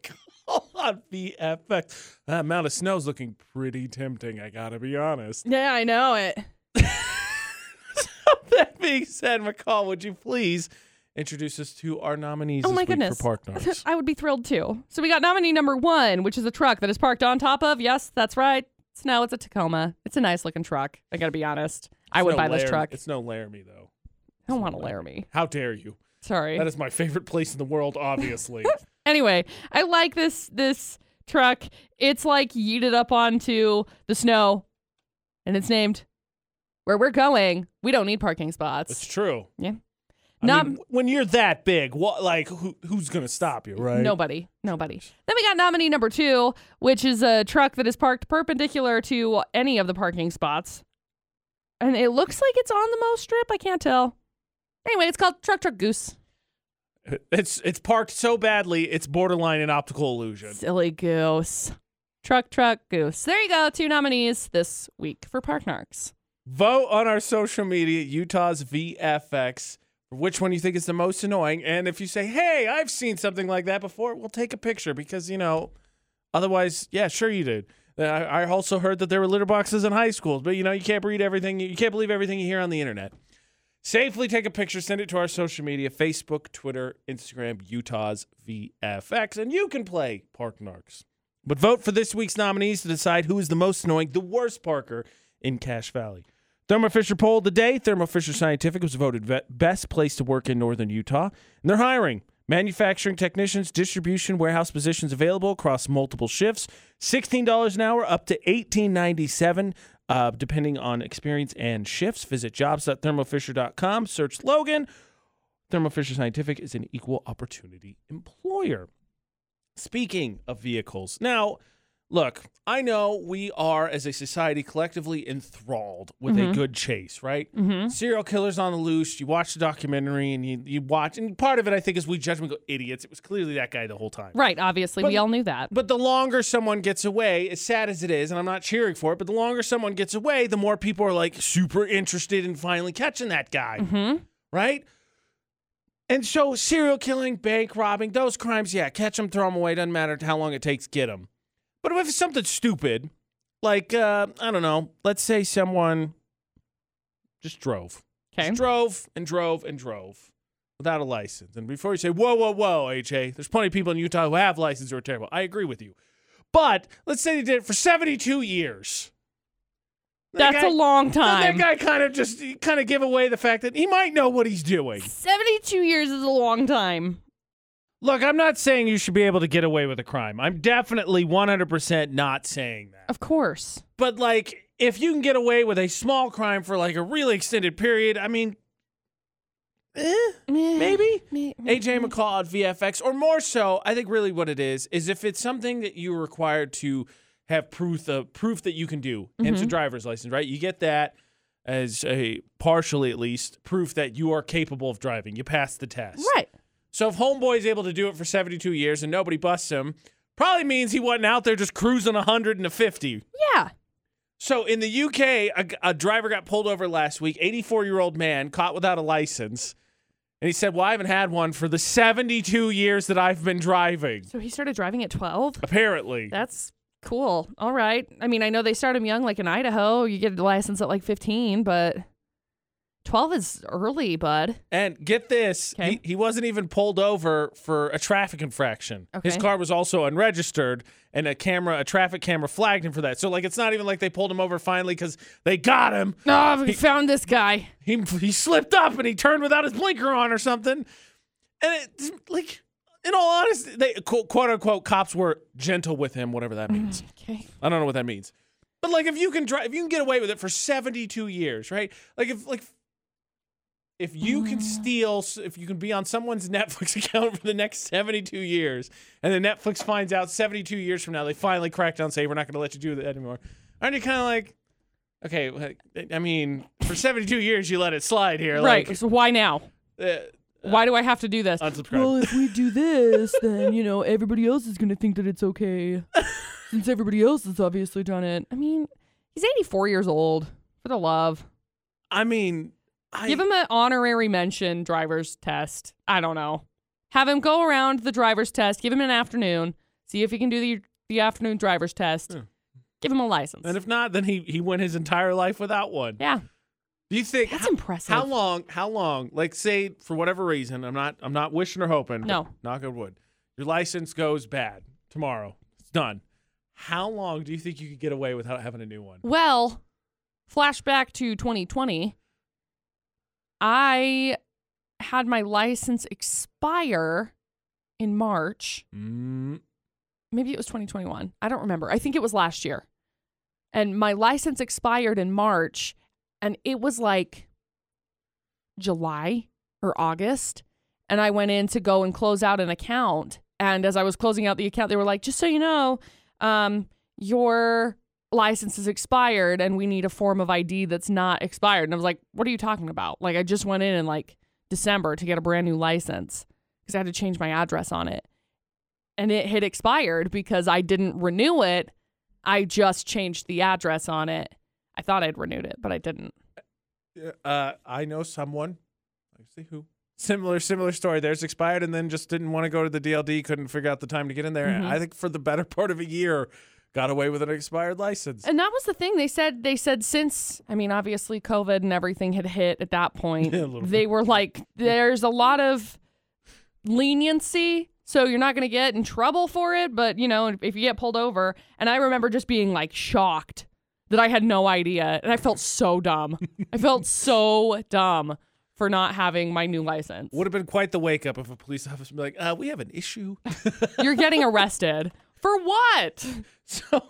S1: call on VFX. That amount of snow's looking pretty tempting, I gotta be honest.
S2: yeah, I know it.
S1: That being said, McCall, would you please introduce us to our nominees
S2: Oh
S1: this
S2: my
S1: week
S2: goodness.
S1: for Park Narks?
S2: I would be thrilled too. So we got nominee number one, which is a truck that is parked on top of. Yes, that's right. Snow. It's a Tacoma. It's a nice looking truck. I gotta be honest. I
S1: It's
S2: would
S1: no
S2: buy this
S1: Laram-
S2: truck.
S1: It's no Laramie, though.
S2: I don't want to Laramie.
S1: How dare you?
S2: Sorry.
S1: That is my favorite place in the world, obviously.
S2: anyway, I like this this truck. It's like yeeted up onto the snow, and it's named where we're going. We don't need parking
S1: it's
S2: spots.
S1: true.
S2: Yeah.
S1: I
S2: Nom-
S1: mean, when you're that big, what like who, who's gonna stop you, right?
S2: Nobody, nobody. Then we got nominee number two, which is a truck that is parked perpendicular to any of the parking spots, and it looks like it's on the Mo Strip. I can't tell. Anyway, it's called Truck Truck Goose.
S1: It's it's parked so badly, it's borderline an optical illusion.
S2: Silly goose. Truck Truck Goose. There you go. Two nominees this week for Park Narks.
S1: Vote on our social media, Utah's VFX, for which one you think is the most annoying. And if you say, hey, I've seen something like that before, we'll take a picture because, you know, otherwise, yeah, sure you did. Uh, I I also heard that there were litter boxes in high schools, but, you know, you can't read everything, you can't believe everything you hear on the internet. Safely take a picture, send it to our social media Facebook, Twitter, Instagram, Utah's VFX, and you can play Park Narks. But vote for this week's nominees to decide who is the most annoying, the worst Parker in Cache Valley. Thermo Fisher poll of the day. Thermo Fisher Scientific was voted ve- best place to work in northern Utah, and they're hiring manufacturing technicians, distribution, warehouse positions available across multiple shifts. Sixteen dollars an hour, up to eighteen ninety seven, uh, depending on experience and shifts. Visit jobs.thermofisher.com. Search Logan. Thermo Fisher Scientific is an equal opportunity employer. Speaking of vehicles, now look, I know we are as a society collectively enthralled with a
S2: Mhm.
S1: good chase, right?
S2: Mm-hmm.
S1: Serial killers on the loose. You watch the documentary and you, you watch, and part of it I think is we judge them and go idiots. It was clearly that guy the whole time.
S2: Right, obviously.
S1: But-
S2: we all knew that.
S1: But the longer someone gets away, as sad as it is, and I'm not cheering for it, but the longer someone gets away, the more people are like super interested in finally catching that guy
S2: hmm
S1: right? And so serial killing, bank robbing, those crimes, yeah, catch them, throw them away. Doesn't matter how long it takes, get them. But if it's something stupid, like uh, I don't know, let's say someone just drove,
S2: Okay.
S1: just drove and drove and drove without a license. And before you say whoa, whoa, whoa, AJ, there's plenty of people in Utah who have licenses who are terrible. I agree with you. But let's say they did it for 72 years. That
S2: That's
S1: guy-
S2: a long
S1: That
S2: time.
S1: guy kind of just kind of give away the fact that he might know what he's doing.
S2: 72 years is a long time.
S1: Look, I'm not saying you should be able to get away with a crime. I'm definitely 100% not saying that.
S2: Of course.
S1: But, like, if you can get away with a small crime for, like, a really extended period, I mean, eh, maybe? AJ McCall at VFX, or more so, I think really what it is, is if it's something that you're required to have proof, uh, proof that you can do, hence a driver's license, right? You get that as a partially at least proof that you are capable of driving. You pass the test.
S2: Right.
S1: So if Homeboy's able to do it for 72 years and nobody busts him, probably means he wasn't out there just cruising 100 and a 50.
S2: Yeah.
S1: So in the UK, a, a driver got pulled over last week, 84 year old man caught without a license. And he said, Well, I haven't had one for the 72 years that I've been driving,
S2: So he started driving at 12?
S1: apparently.
S2: That's cool. All right. I mean, I know they start them young, like in Idaho. You get a license at like 15, but 12 is early, bud.
S1: and get this
S2: Okay.
S1: he, he wasn't even pulled over for a traffic infraction. His
S2: Okay.
S1: car was also unregistered, and a camera, a traffic camera flagged him for that. So, like, it's not even like they pulled him over finally because they got him.
S2: No, Ah, we found this guy.
S1: he he slipped up and he turned without his blinker on or something. And it's like, in all honesty, they quote, quote unquote cops were gentle with him, whatever that means.
S2: Okay.
S1: I don't know what that means. But like, if you can drive, if you can get away with it for seventy two years, right? Like if like. If you
S2: Mm.
S1: can steal, s- if you can be on someone's Netflix account for the next 72 years, and then Netflix finds out 72 years from now, they finally crack down and say, We're not going to let you do that anymore. Aren't you kind of like, okay, like, I mean, for 72 years, you let it slide here.
S2: Right.
S1: Like,
S2: so why now?
S1: uh,
S2: Why do I have to do this?
S1: unsubscribe.
S4: Well, if we do this, then, you know, everybody else is going to think that it's okay. Since everybody else has obviously done it.
S2: I mean, he's 84 years old. For the love.
S1: I mean, I,
S2: Give him an honorary mention driver's test. I don't know. Have him go around the driver's test. Give him an afternoon. See if he can do the the afternoon driver's test.
S1: Yeah.
S2: Give him a license.
S1: and if not, then he, he went his entire life without one.
S2: yeah,
S1: Do you think
S2: that's
S1: how-
S2: impressive.
S1: How long? How long? Like, say for whatever reason, I'm not. I'm not wishing or hoping. but
S2: No.
S1: Knock on wood. Your license goes bad tomorrow. It's done. How long do you think you could get away without having a new one?
S2: Well, flashback to 2020. I had my license expire in March.
S1: Mm,
S2: maybe it was 2021. I don't remember. I think it was last year. And my license expired in March and it was like July or August. And I went in to go and close out an account. And as I was closing out the account, they were like, just so you know, um, your license is expired and we need a form of ID that's not expired. And I was like, what are you talking about? Like, I just went in in like December to get a brand new license because I had to change my address on it and it had expired because I didn't renew it. I just changed the address on it. I thought I'd renewed it, but I didn't.
S1: uh, I know someone. I see who. Similar, similar story. Theirs expired, and then just didn't want to go to the DLD. Couldn't figure out the time to get in there.
S2: Mhm.
S1: I think for the better part of a year, got away with an expired license.
S2: And that was the thing they said. They said since I mean, obviously COVID and everything had hit at that point,
S1: Yeah, a little
S2: they were like, "There's a lot of leniency, so you're not going to get in trouble for it." But you know, if you get pulled over, and I remember just being like shocked that I had no idea, and I felt so dumb. I felt so dumb for not having my new license.
S1: Would have been quite the wake up if a police officer would be like, uh, "We have an issue."
S2: You're getting arrested. For what?
S1: so
S2: What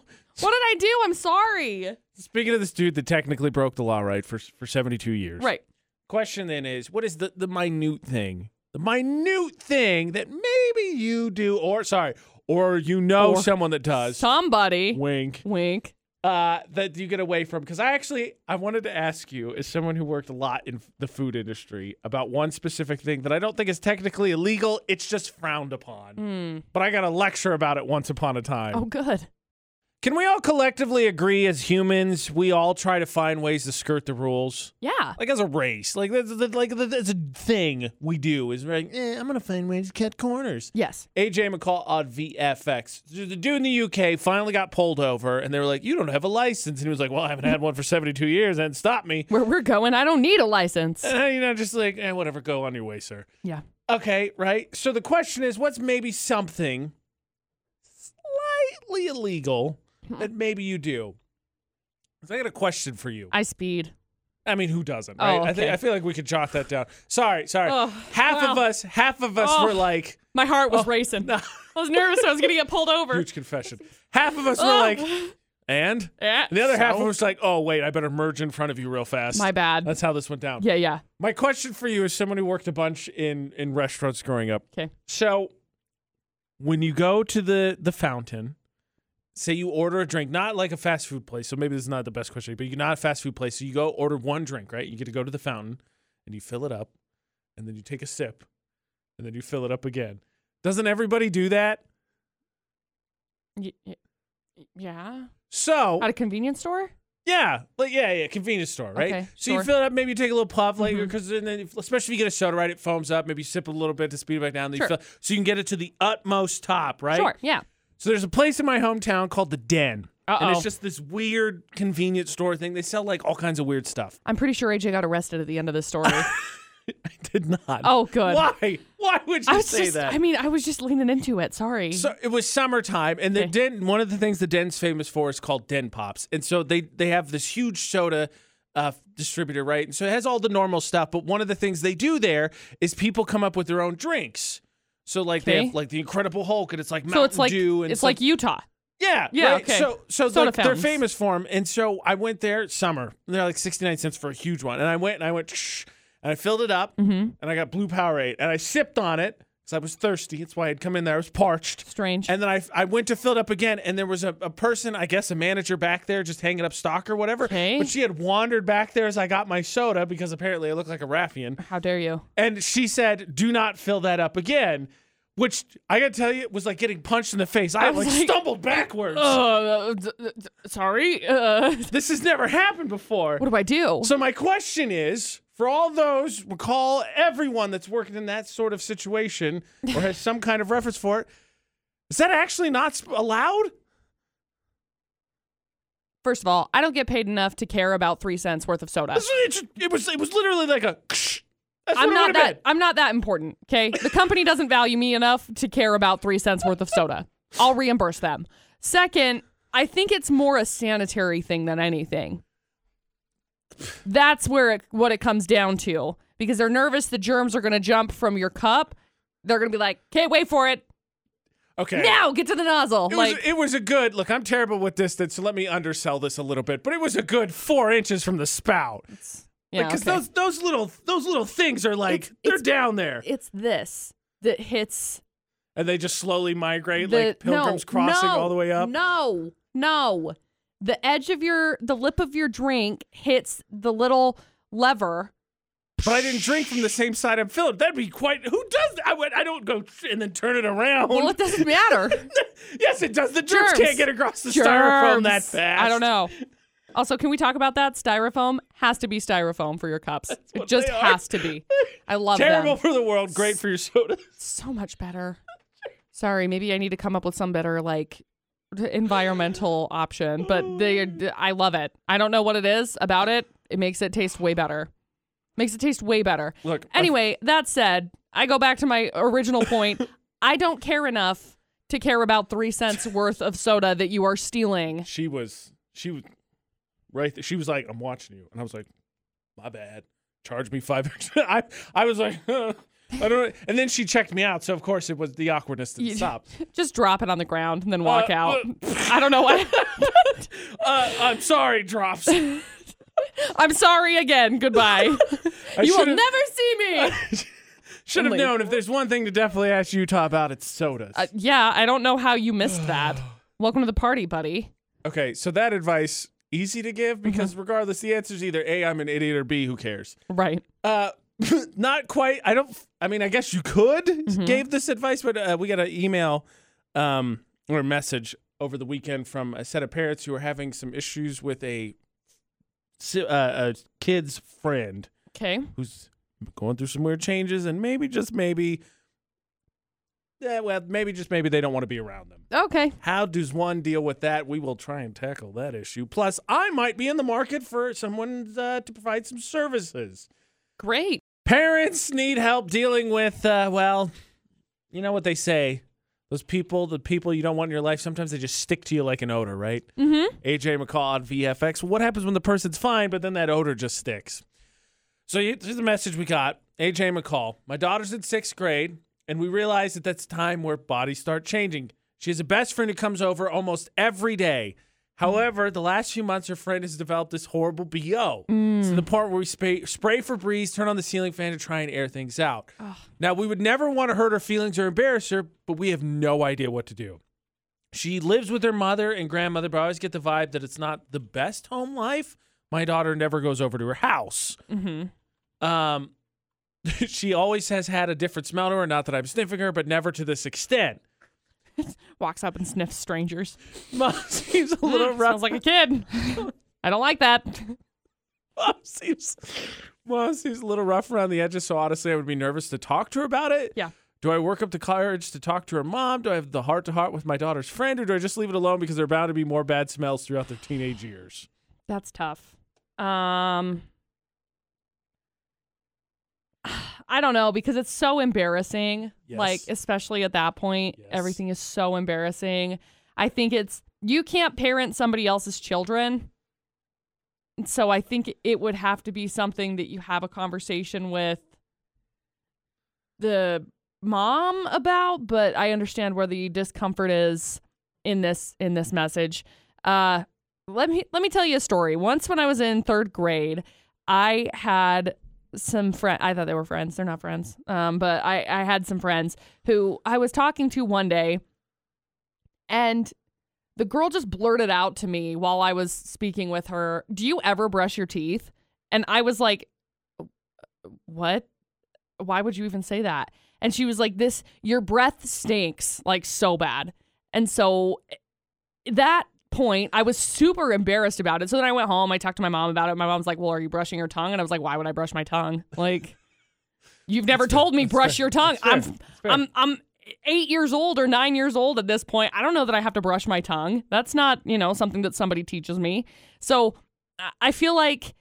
S2: did I do? I'm sorry.
S1: Speaking of this dude that technically broke the law, right, for for 72 years.
S2: Right.
S1: Question then is, what is the, the minute thing? The minute thing that maybe you do or sorry, or you know
S2: Or-
S1: someone that does.
S2: Somebody.
S1: wink.
S2: Wink.
S1: Uh, that you get away from because I actually I wanted to ask you as someone who worked a lot in the food industry about one specific thing that I don't think is technically illegal, it's just frowned upon.
S2: Mm.
S1: But I got a lecture about it once upon a time.
S2: Oh, good.
S1: Can we all collectively agree as humans, we all try to find ways to skirt the rules?
S2: Yeah.
S1: Like as a race, like that's that's- like that's a thing we do is like, eh, I'm gonna find ways to cut corners.
S2: Yes.
S1: AJ McCall on VFX. The dude in the UK finally got pulled over, and they were like, "You don't have a license," and he was like, "Well, I haven't had one for 72 years, and stop me."
S2: Where we're going, I don't need a license.
S1: And, you know, just like, eh, whatever, go on your way, sir.
S2: Yeah.
S1: Okay, right. So the question is, what's maybe something slightly illegal
S2: Hmm.
S1: that maybe you do? 'Cause I got a question for you.
S2: I speed.
S1: I mean, who doesn't,
S2: Oh,
S1: right? I
S2: okay.
S1: think I feel like we could jot that down. Sorry, sorry.
S2: Oh,
S1: half of
S2: wow.
S1: us, half of us
S2: Oh.
S1: were like
S2: My heart
S1: Oh,
S2: was racing. I was nervous I was going to get pulled over.
S1: huge confession. Half of us were
S2: Oh.
S1: like, and
S2: Yeah.
S1: And the other half
S2: So?
S1: was like, oh wait, I better merge in front of you real fast.
S2: My bad.
S1: That's how this went down.
S2: yeah, yeah.
S1: My question for you is someone who worked a bunch in in restaurants growing up.
S2: 'Kay.
S1: So when you go to the the fountain, say you order a drink, not like a fast food place, so maybe this is not the best question, but you're not a fast food place, so you go order one drink, right? You get to go to the fountain and you fill it up, and then you take a sip, and then you fill it up again. Doesn't everybody do that?
S2: Y- y- yeah.
S1: So
S2: At a convenience store?
S1: Yeah, like yeah, yeah, convenience store, right?
S2: Okay,
S1: so you
S2: sure.
S1: fill it up, maybe you take a little puff, like
S2: Mhm.
S1: because then, if- especially if you get a soda, right? It foams up. Maybe you sip a little bit to speed it back down. Then you
S2: Sure.
S1: fill, so you can get it to the utmost top, right?
S2: Sure. Yeah.
S1: So there's a place in my hometown called the Den, and
S2: Uh-oh.
S1: it's just this weird convenience store thing. They sell like all kinds of weird stuff.
S2: I'm pretty sure AJ got arrested at the end of this story.
S1: I did not.
S2: oh, good.
S1: Why? Why would you
S2: I was
S1: say
S2: just,
S1: that?
S2: I mean, I was just leaning into it. Sorry.
S1: So it was summertime, and the
S2: Okay.
S1: den. One of the things the den's famous for is called Den Pops, and so they they have this huge soda. Uh, distributor, right? And so it has all the normal stuff, but one of the things they do there is people come up with their own drinks. So like they
S2: Okay.
S1: have like the Incredible Hulk, and it's like Mountain
S2: so it's like
S1: Dew, and
S2: it's like, Utah.
S1: yeah,
S2: Yeah,
S1: right?
S2: okay.
S1: So, so
S2: Soda
S1: like, they're
S2: fountains.
S1: famous for them, and so I went there summer. And they're like sixty nine cents for a huge one, and I went and I went "Shh," and I filled it up,
S2: Mm-hmm.
S1: and I got blue Powerade, and I sipped on it because I was thirsty. That's why I'd come in there. I was parched.
S2: Strange.
S1: And then I, I went to fill it up again, and there was a, a person, I guess a manager back there, just hanging up stock or whatever.
S2: Okay.
S1: But she had wandered back there as I got my soda because apparently I looked like a raffian.
S2: How dare you?
S1: And she said, "Do not fill that up again," which I gotta tell you was like getting punched in the face. I,
S2: I was
S1: like,
S2: like,
S1: stumbled backwards.
S2: Uh, d- d- d- sorry. Uh,
S1: This has never happened before.
S2: what do I do?
S1: So my question is, for all those, recall everyone that's working in that sort of situation or has some kind of reference for it. Is that actually not sp- allowed?
S2: First of all, I don't get paid enough to care about three cents worth of soda.
S1: That's what It, ju- it was. It was literally like a. That's what
S2: I'm
S1: it
S2: not
S1: would've
S2: that.
S1: been.
S2: I'm not that important. Okay, the company doesn't value me enough to care about three cents worth of soda. I'll reimburse them. Second, I think it's more a sanitary thing than anything. That's where it, what it comes down to because they're nervous the germs are going to jump from your cup. They're going to be like, "Can't wait for it
S1: Okay.
S2: now! Get to the nozzle!"
S1: It,
S2: like,
S1: was, it was a good look. I'm terrible with distance, so let me undersell this a little bit. But it was a good four inches from the spout.
S2: yeah,
S1: because
S2: okay.
S1: those those little those little things are like
S2: It's-
S1: they're
S2: it's-
S1: down there,
S2: it's this that hits
S1: and they just slowly migrate
S2: the
S1: like pilgrims
S2: no,
S1: crossing
S2: no,
S1: all the way up.
S2: No, no. The edge of your the lip of your drink hits the little lever.
S1: But I didn't drink from the same side I'm filled. That'd be quite. Who does? that? I would. I don't go and then turn it around.
S2: Well, it doesn't matter.
S1: yes, it does. The germs,
S2: Germs.
S1: can't get across the styrofoam that
S2: Germs.
S1: fast.
S2: I don't know. Also, can we talk about that? Styrofoam has to be styrofoam for your cups. It
S1: what
S2: just
S1: they are.
S2: has to be. I love
S1: Terrible
S2: them.
S1: for the world. Great for your soda.
S2: So much better. Sorry, maybe I need to come up with some better like environmental option, but they I love it. I don't know what it is about it. It makes it taste way better. Makes it taste way better.
S1: Look. I-
S2: Anyway, that said, I go back to my original point. I don't care enough to care about three cents worth of soda that you are stealing.
S1: she was she was right th- she was like i'm watching you and i was like my bad charge me five extra i i was like huh, i don't and then she checked me out so of course it was the awkwardness that
S2: You-
S1: stopped
S2: Just drop it on the ground and then walk
S1: Uh,
S2: out. I don't know why.
S1: uh, i'm sorry drops you
S2: I'm sorry again. Goodbye. you will never see me.
S1: should have
S2: only-
S1: known if there's one thing to definitely ask utah about it's sodas
S2: Uh, yeah, I don't know how you missed that. Welcome to the party, buddy.
S1: okay so that advice easy to give
S2: Mm-hmm.
S1: because regardless the answer is either a i'm an idiot or b who cares
S2: Right.
S1: Uh, not quite. I don't. I mean, I guess you could gave this advice, but uh, we got an email um, or a message over the weekend from a set of parents who are having some issues with a si- uh, a kid's friend
S2: Okay.
S1: who's going through some weird changes, and maybe just maybe, yeah, well, maybe just maybe they don't want to be around them.
S2: Okay.
S1: How does one deal with that? We will try and tackle that issue. Plus, I might be in the market for someone uh, to provide some services.
S2: Great.
S1: Parents need help dealing with, uh, well, you know what they say. Those people, the people you don't want in your life, sometimes they just stick to you like an odor, right?
S2: Mm-hmm.
S1: AJ McCall on VFX. What happens when the person's fine, but then that odor just sticks? So you- here's the message we got AJ McCall. My daughter's in sixth grade, and we realized that that's time where bodies start changing. She has a best friend who comes over almost every day. However, the last few months, her friend has developed this horrible BO to the point where we spray, spray for breeze, turn on the ceiling fan to try and air things out. Now, we would never want to hurt her feelings or embarrass her, but we have no idea what to do. She lives with her mother and grandmother, but I always get the vibe that it's not the best home life. My daughter never goes over to her house.
S2: Mm-hmm.
S1: Um, she always has had a different smell to her. Not that I'm sniffing her, but never to this extent.
S2: Walks up and sniffs strangers.
S1: Mom seems a little
S2: Mm,
S1: rough.
S2: Sounds like a kid. I don't like that.
S1: Mom seems, Mom seems a little rough around the edges. So honestly, I would be nervous to talk to her about it.
S2: Yeah.
S1: Do I work up the courage to talk to her mom? Do I have the heart to heart with my daughter's friend, or do I just leave it alone because there are bound to be more bad smells throughout their teenage years?
S2: That's tough. Um I don't know because it's so embarrassing. Like
S1: Yes.
S2: especially at that point,
S1: Yes.
S2: everything is so embarrassing. I think it's you can't parent somebody else's children. And So I think it would have to be something that you have a conversation with the mom about, but I understand where the discomfort is in this in this message. Uh let me let me tell you a story. Once when I was in third grade, I had some friend. I thought they were friends. They're not friends. Um, but I I had some friends who I was talking to one day, and the girl just blurted out to me while I was speaking with her, "Do you ever brush your teeth?" And I was like, "What? Why would you even say that?" And she was like, "This your breath stinks like so bad." And so eh, that point, I was super embarrassed about it. So then I went home. I talked to my mom about it. My mom's like, "Well, are you brushing your tongue?" And I was like, "Why would I brush my tongue? Like, you've never
S1: That's fair.
S2: told me
S1: That's
S2: brush
S1: fair.
S2: your tongue.
S1: That's fair.
S2: I'm
S1: That's fair.
S2: I'm I'm eight years old or nine years old at this point. I don't know that I have to brush my tongue. That's not you know something that somebody teaches me. So I- I feel like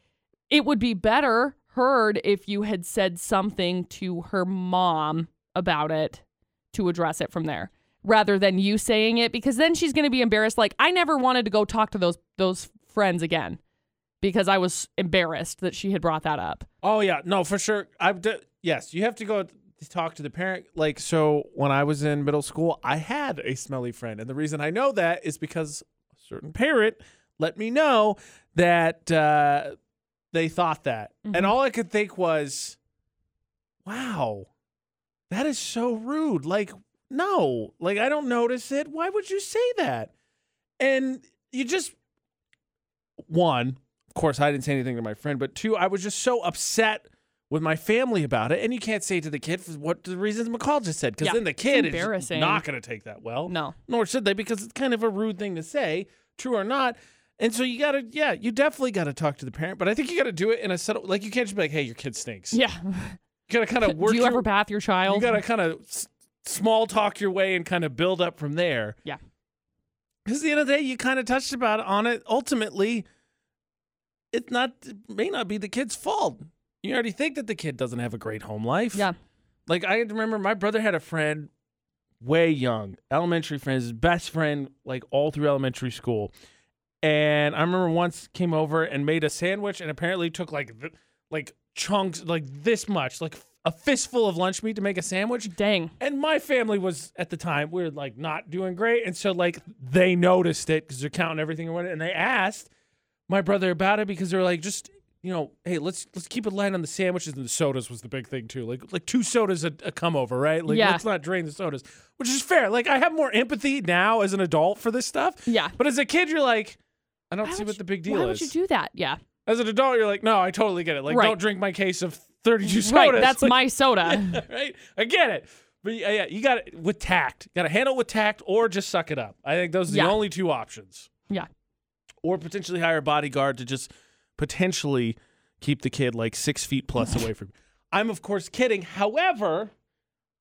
S2: it would be better heard if you had said something to her mom about it to address it from there rather than you saying it because then she's going to be embarrassed like I never wanted to go talk to those those friends again because I was embarrassed that she had brought that up.
S1: Oh yeah, no, for sure. I d- yes, you have to go to talk to the parent. Like so, when I was in middle school, I had a smelly friend, and the reason I know that is because a certain parent let me know that uh, they thought that,
S2: Mhm.
S1: and all I could think was, "Wow, that is so rude." Like, no, like I don't notice it. Why would you say that? And you just one, of course, I didn't say anything to my friend, but two, I was just so upset with my family about it. And you can't say to the kid for what the reasons McCall just said, because
S2: Yeah,
S1: then the kid is
S2: embarrassing.
S1: not going to take that well.
S2: No.
S1: Nor should they, because it's kind of a rude thing to say, true or not. And so you got to, yeah, you definitely got to talk to the parent, but I think you got to do it in a subtle, like you can't just be like, hey, your kid stinks.
S2: Yeah.
S1: You got to kind of work
S2: Do you
S1: your-
S2: ever bath your child?
S1: you got to kind of s- small talk your way and kind of build up from there.
S2: Yeah.
S1: Because at the end of the day, you kind of touched about it on it. Ultimately, it's not it may not be the kid's fault. You already think that the kid doesn't have a great home life.
S2: Yeah.
S1: Like I remember my brother had a friend way young, elementary friends, his best friend like all through elementary school. And I remember once came over and made a sandwich and apparently took like th- like chunks like this much, like a fistful of lunch meat to make a sandwich.
S2: Dang.
S1: And my family was at the time we were like not doing great, and so like they noticed it because they're counting everything around it, and they asked my brother about it because they were like, just you know, hey, let's let's keep it light on the sandwiches and the sodas was the big thing too, like like two sodas a, a come over, right? Like
S2: Yeah.
S1: let's not drain the sodas, which is fair. Like I have more empathy now as an adult for this stuff,
S2: Yeah.
S1: but as a kid, you're like, I don't
S2: Why
S1: see
S2: would
S1: what
S2: you-
S1: the big deal
S2: Why
S1: is.
S2: would you do that? Yeah.
S1: as an adult, you're like, no, I totally get it. Like,
S2: Right.
S1: don't drink my case of thirty two sodas.
S2: Right. That's
S1: Like,
S2: my soda.
S1: right? I get it. But yeah, yeah, you got to with tact. Got to handle it with tact, or just suck it up. I think those are
S2: Yeah.
S1: the only two options.
S2: Yeah.
S1: Or potentially hire a bodyguard to just potentially keep the kid like six feet plus away from you. I'm of course kidding. However,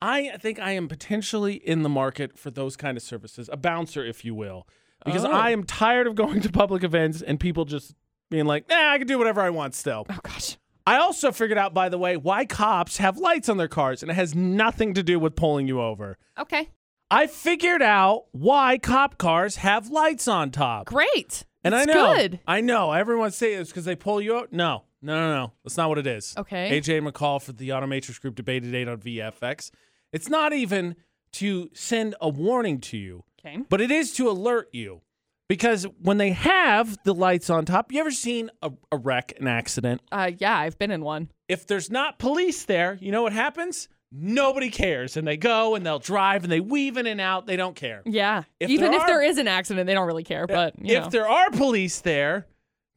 S1: I think I am potentially in the market for those kind of services, a bouncer, if you will, because
S2: Oh.
S1: I am tired of going to public events and people just being like, "Nah, I can do whatever I want." Still,
S2: Oh gosh.
S1: I also figured out, by the way, why cops have lights on their cars, and it has nothing to do with pulling you over.
S2: Okay.
S1: I figured out why cop cars have lights on top.
S2: Great.
S1: and I
S2: That's
S1: know,
S2: Good.
S1: I know, everyone's saying it's because they pull you out. No, no, no, no. That's not what it is.
S2: Okay.
S1: AJ McCall for the Automatrix Group debate today on VFX. It's not even to send a warning to you,
S2: Okay.
S1: but it is to alert you. Because when they have the lights on top, you ever seen a, a wreck, an accident?
S2: Uh, yeah, I've been in one.
S1: if there's not police there, you know what happens? Nobody cares. And they go and they'll drive and they weave in and out. They don't care.
S2: Yeah.
S1: If
S2: Even
S1: there
S2: if
S1: are-
S2: there is an accident, they don't really care. But you
S1: if
S2: know.
S1: there are police there,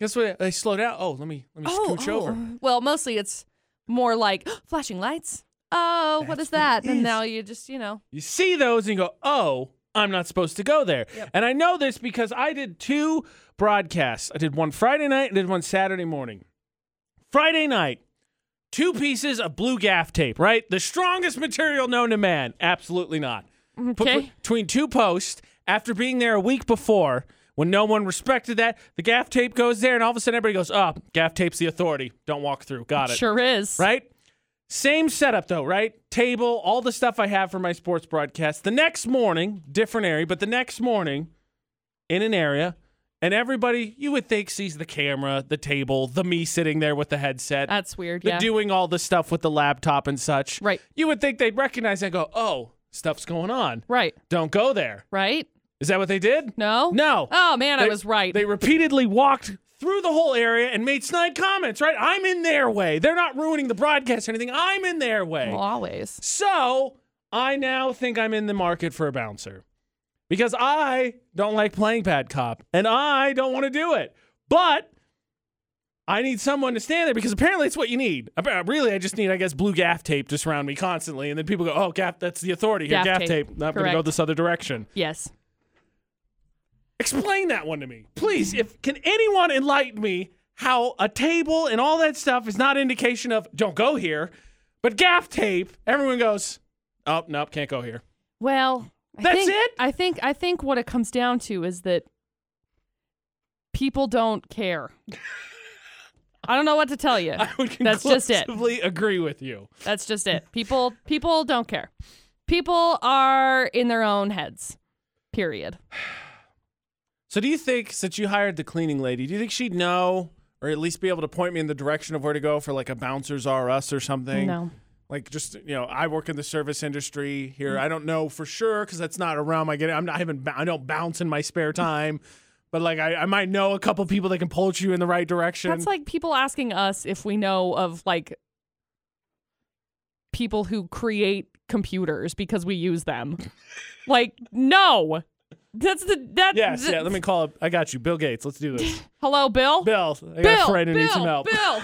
S1: guess what? They slow down. Oh, let me let me scooch over.
S2: Well, mostly it's more like flashing lights. Oh, what
S1: That's
S2: is
S1: what it
S2: that? And
S1: is.
S2: now you just, you know.
S1: You see those and you go, oh, I'm not supposed to go there. And I know this because I did two broadcasts. I did one Friday night and did one Saturday morning. Friday night, two pieces of blue gaff tape, right? The strongest material known to man. Absolutely not. put
S2: Okay.
S1: between two posts after being there a week before when no one respected that the gaff tape goes there and all of a sudden everybody goes oh gaff tape's the authority don't walk through got it
S2: Sure is.
S1: right same setup though right table all the stuff i have for my sports broadcast the next morning different area but the next morning in an area and everybody you would think sees the camera the table the me sitting there with the headset
S2: That's weird.
S1: the
S2: Uh, Yeah.
S1: doing all the stuff with the laptop and such
S2: Right.
S1: you would think they'd recognize that and go oh stuff's going on
S2: Right.
S1: don't go there.
S2: Right.
S1: Is that what they did?
S2: No.
S1: No.
S2: Oh man, I
S1: They-
S2: was right.
S1: They repeatedly walked through the whole area and made snide comments, right? I'm in their way. They're not ruining the broadcast or anything. I'm in their way.
S2: Well, always.
S1: So I now think I'm in the market for a bouncer because I don't like playing bad cop and I don't want to do it. But I need someone to stand there because apparently it's what you need. Appa- Really, I just need, I guess, blue gaff tape to surround me constantly. And then people go, oh, gaff, that's the authority here.
S2: Gaff
S1: Gaff,
S2: tape.
S1: tape. Not going to go
S2: Correct.
S1: this other direction.
S2: Yes.
S1: Explain that one to me. Please, if can anyone enlighten me how a table and all that stuff is not indication of don't go here, but gaff tape, everyone goes, Oh, nope, can't go here.
S2: Well, I
S1: That's
S2: think,
S1: it?
S2: I think I think what it comes down to is that people don't care. I don't know what to tell you.
S1: I would
S2: That's just it.
S1: conclusively agree with you.
S2: That's just it. People people don't care. People are in their own heads. Period.
S1: So do you think since you hired the cleaning lady, do you think she'd know or at least be able to point me in the direction of where to go for like a bouncers R us or something?
S2: No.
S1: Like just you know, I work in the service industry
S2: Mm.
S1: here. I don't know for sure because that's not a realm I get. I'm not I haven't. bou- I don't bounce in my spare time, but like I, I might know a couple people that can pulse you in the right direction.
S2: That's like people asking us if we know of like people who create computers because we use them. like, no. That's the that.
S1: yes, yeah.
S2: th-
S1: Let me call up. I got you, Bill Gates. Let's do this,
S2: Hello, Bill.
S1: Bill. I got
S2: Bill.
S1: a friend who
S2: Bill,
S1: needs some help.
S2: Bill.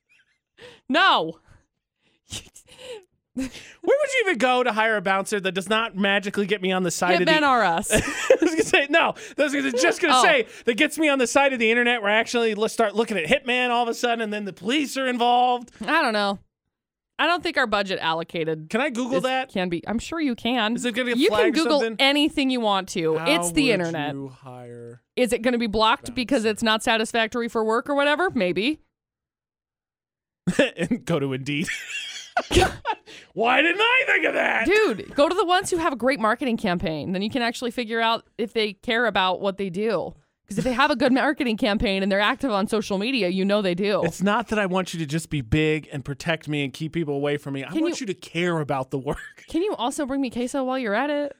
S2: no.
S1: Where would you even go to hire a bouncer that does not magically get me on the side of the
S2: Hitmen are us.
S1: I was gonna say no. I was gonna- just gonna
S2: Oh.
S1: say that gets me on the side of the internet where I actually let's start looking at Hitman all of a sudden, and then the police are involved.
S2: I don't know. I don't think our budget allocated
S1: Can I Google
S2: is-
S1: that?
S2: can be. I'm sure you can.
S1: Is it gonna get
S2: you can
S1: flagged or
S2: Google
S1: something?
S2: anything you want to. it's the internet.
S1: hire.
S2: Is it going to be blocked because it's not satisfactory for work or whatever? Maybe.
S1: and go to Indeed. Why didn't I think of that?
S2: Dude, go to the ones who have a great marketing campaign. Then you can actually figure out if they care about what they do. Because if they have a good marketing campaign and they're active on social media, you know they do.
S1: It's not that I want you to just be big and protect me and keep people away from me. I
S2: Can
S1: want
S2: you-
S1: you to care about the work.
S2: Can you also bring me queso while you're at it?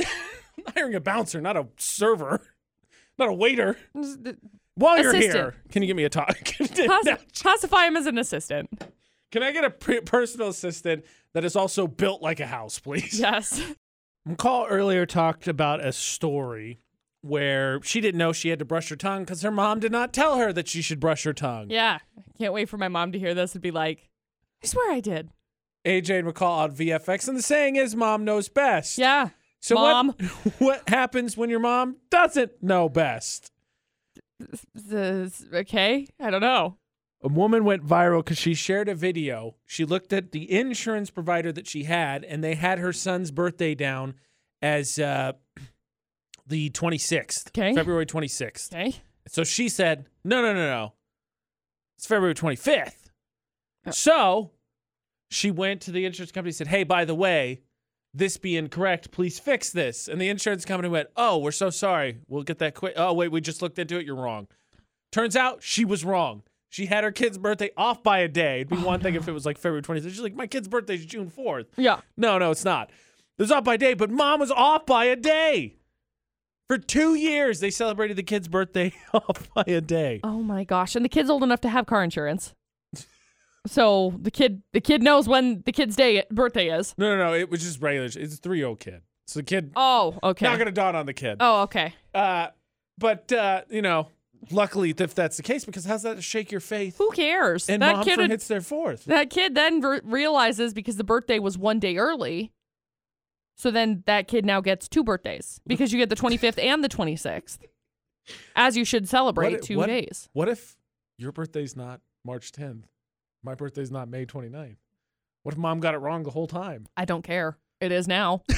S1: I'm hiring a bouncer, not a server, not a waiter.
S2: Just, uh,
S1: While you're
S2: Assistant.
S1: here, can you give me a talk?
S2: Class-
S1: No,
S2: classify him as an assistant.
S1: Can I get a pre- personal assistant that is also built like a house, please?
S2: Yes.
S1: McCall earlier talked about a story where she didn't know she had to brush her tongue because her mom did not tell her that she should brush her tongue.
S2: Yeah. I can't wait for my mom to hear this and be like, I swear I did.
S1: AJ and McCall on VFX. And the saying is, mom knows best.
S2: Yeah.
S1: So
S2: Mom.
S1: What, what happens when your mom doesn't know best?
S2: This- okay. I don't know.
S1: A woman went viral because she shared a video. She looked at the insurance provider that she had, and they had her son's birthday down as uh, the 26th,
S2: Okay.
S1: February 26th.
S2: Okay.
S1: So she said, no, no, no, no. It's February 25th. So she went to the insurance company and said, hey, by the way, this be incorrect. Please fix this. And the insurance company went, oh, we're so sorry. We'll get that quick. Oh, wait, we just looked into it. You're wrong. Turns out she was wrong. She had her kid's birthday off by a day. It'd be one thing if it was like February 26th. She's like, my kid's birthday is June 4th.
S2: Yeah.
S1: No, no, it's not. It was off by a day, but mom was off by a day. For two years, they celebrated the kid's birthday off by a day.
S2: Oh my gosh. And the kid's old enough to have car insurance. so the kid the kid knows when the kid's day birthday is.
S1: No, no, no. It was just regular. It's a three year old kid. So the kid,
S2: Oh, okay.
S1: not going to dawn on the kid.
S2: oh, okay.
S1: Uh, but, uh, you know, luckily, if that's the case, because how's that to shake your faith?
S2: Who cares?
S1: And
S2: that
S1: mom
S2: kid
S1: from
S2: had-
S1: hits their fourth.
S2: that kid then re- realizes because the birthday was one day early. So then that kid now gets two birthdays because you get the 25th and the 26th. As you should celebrate
S1: What-
S2: two
S1: what-
S2: days.
S1: What if your birthday's not March 10th? My birthday's not May 29th? What if mom got it wrong the whole time?
S2: I don't care. It is now.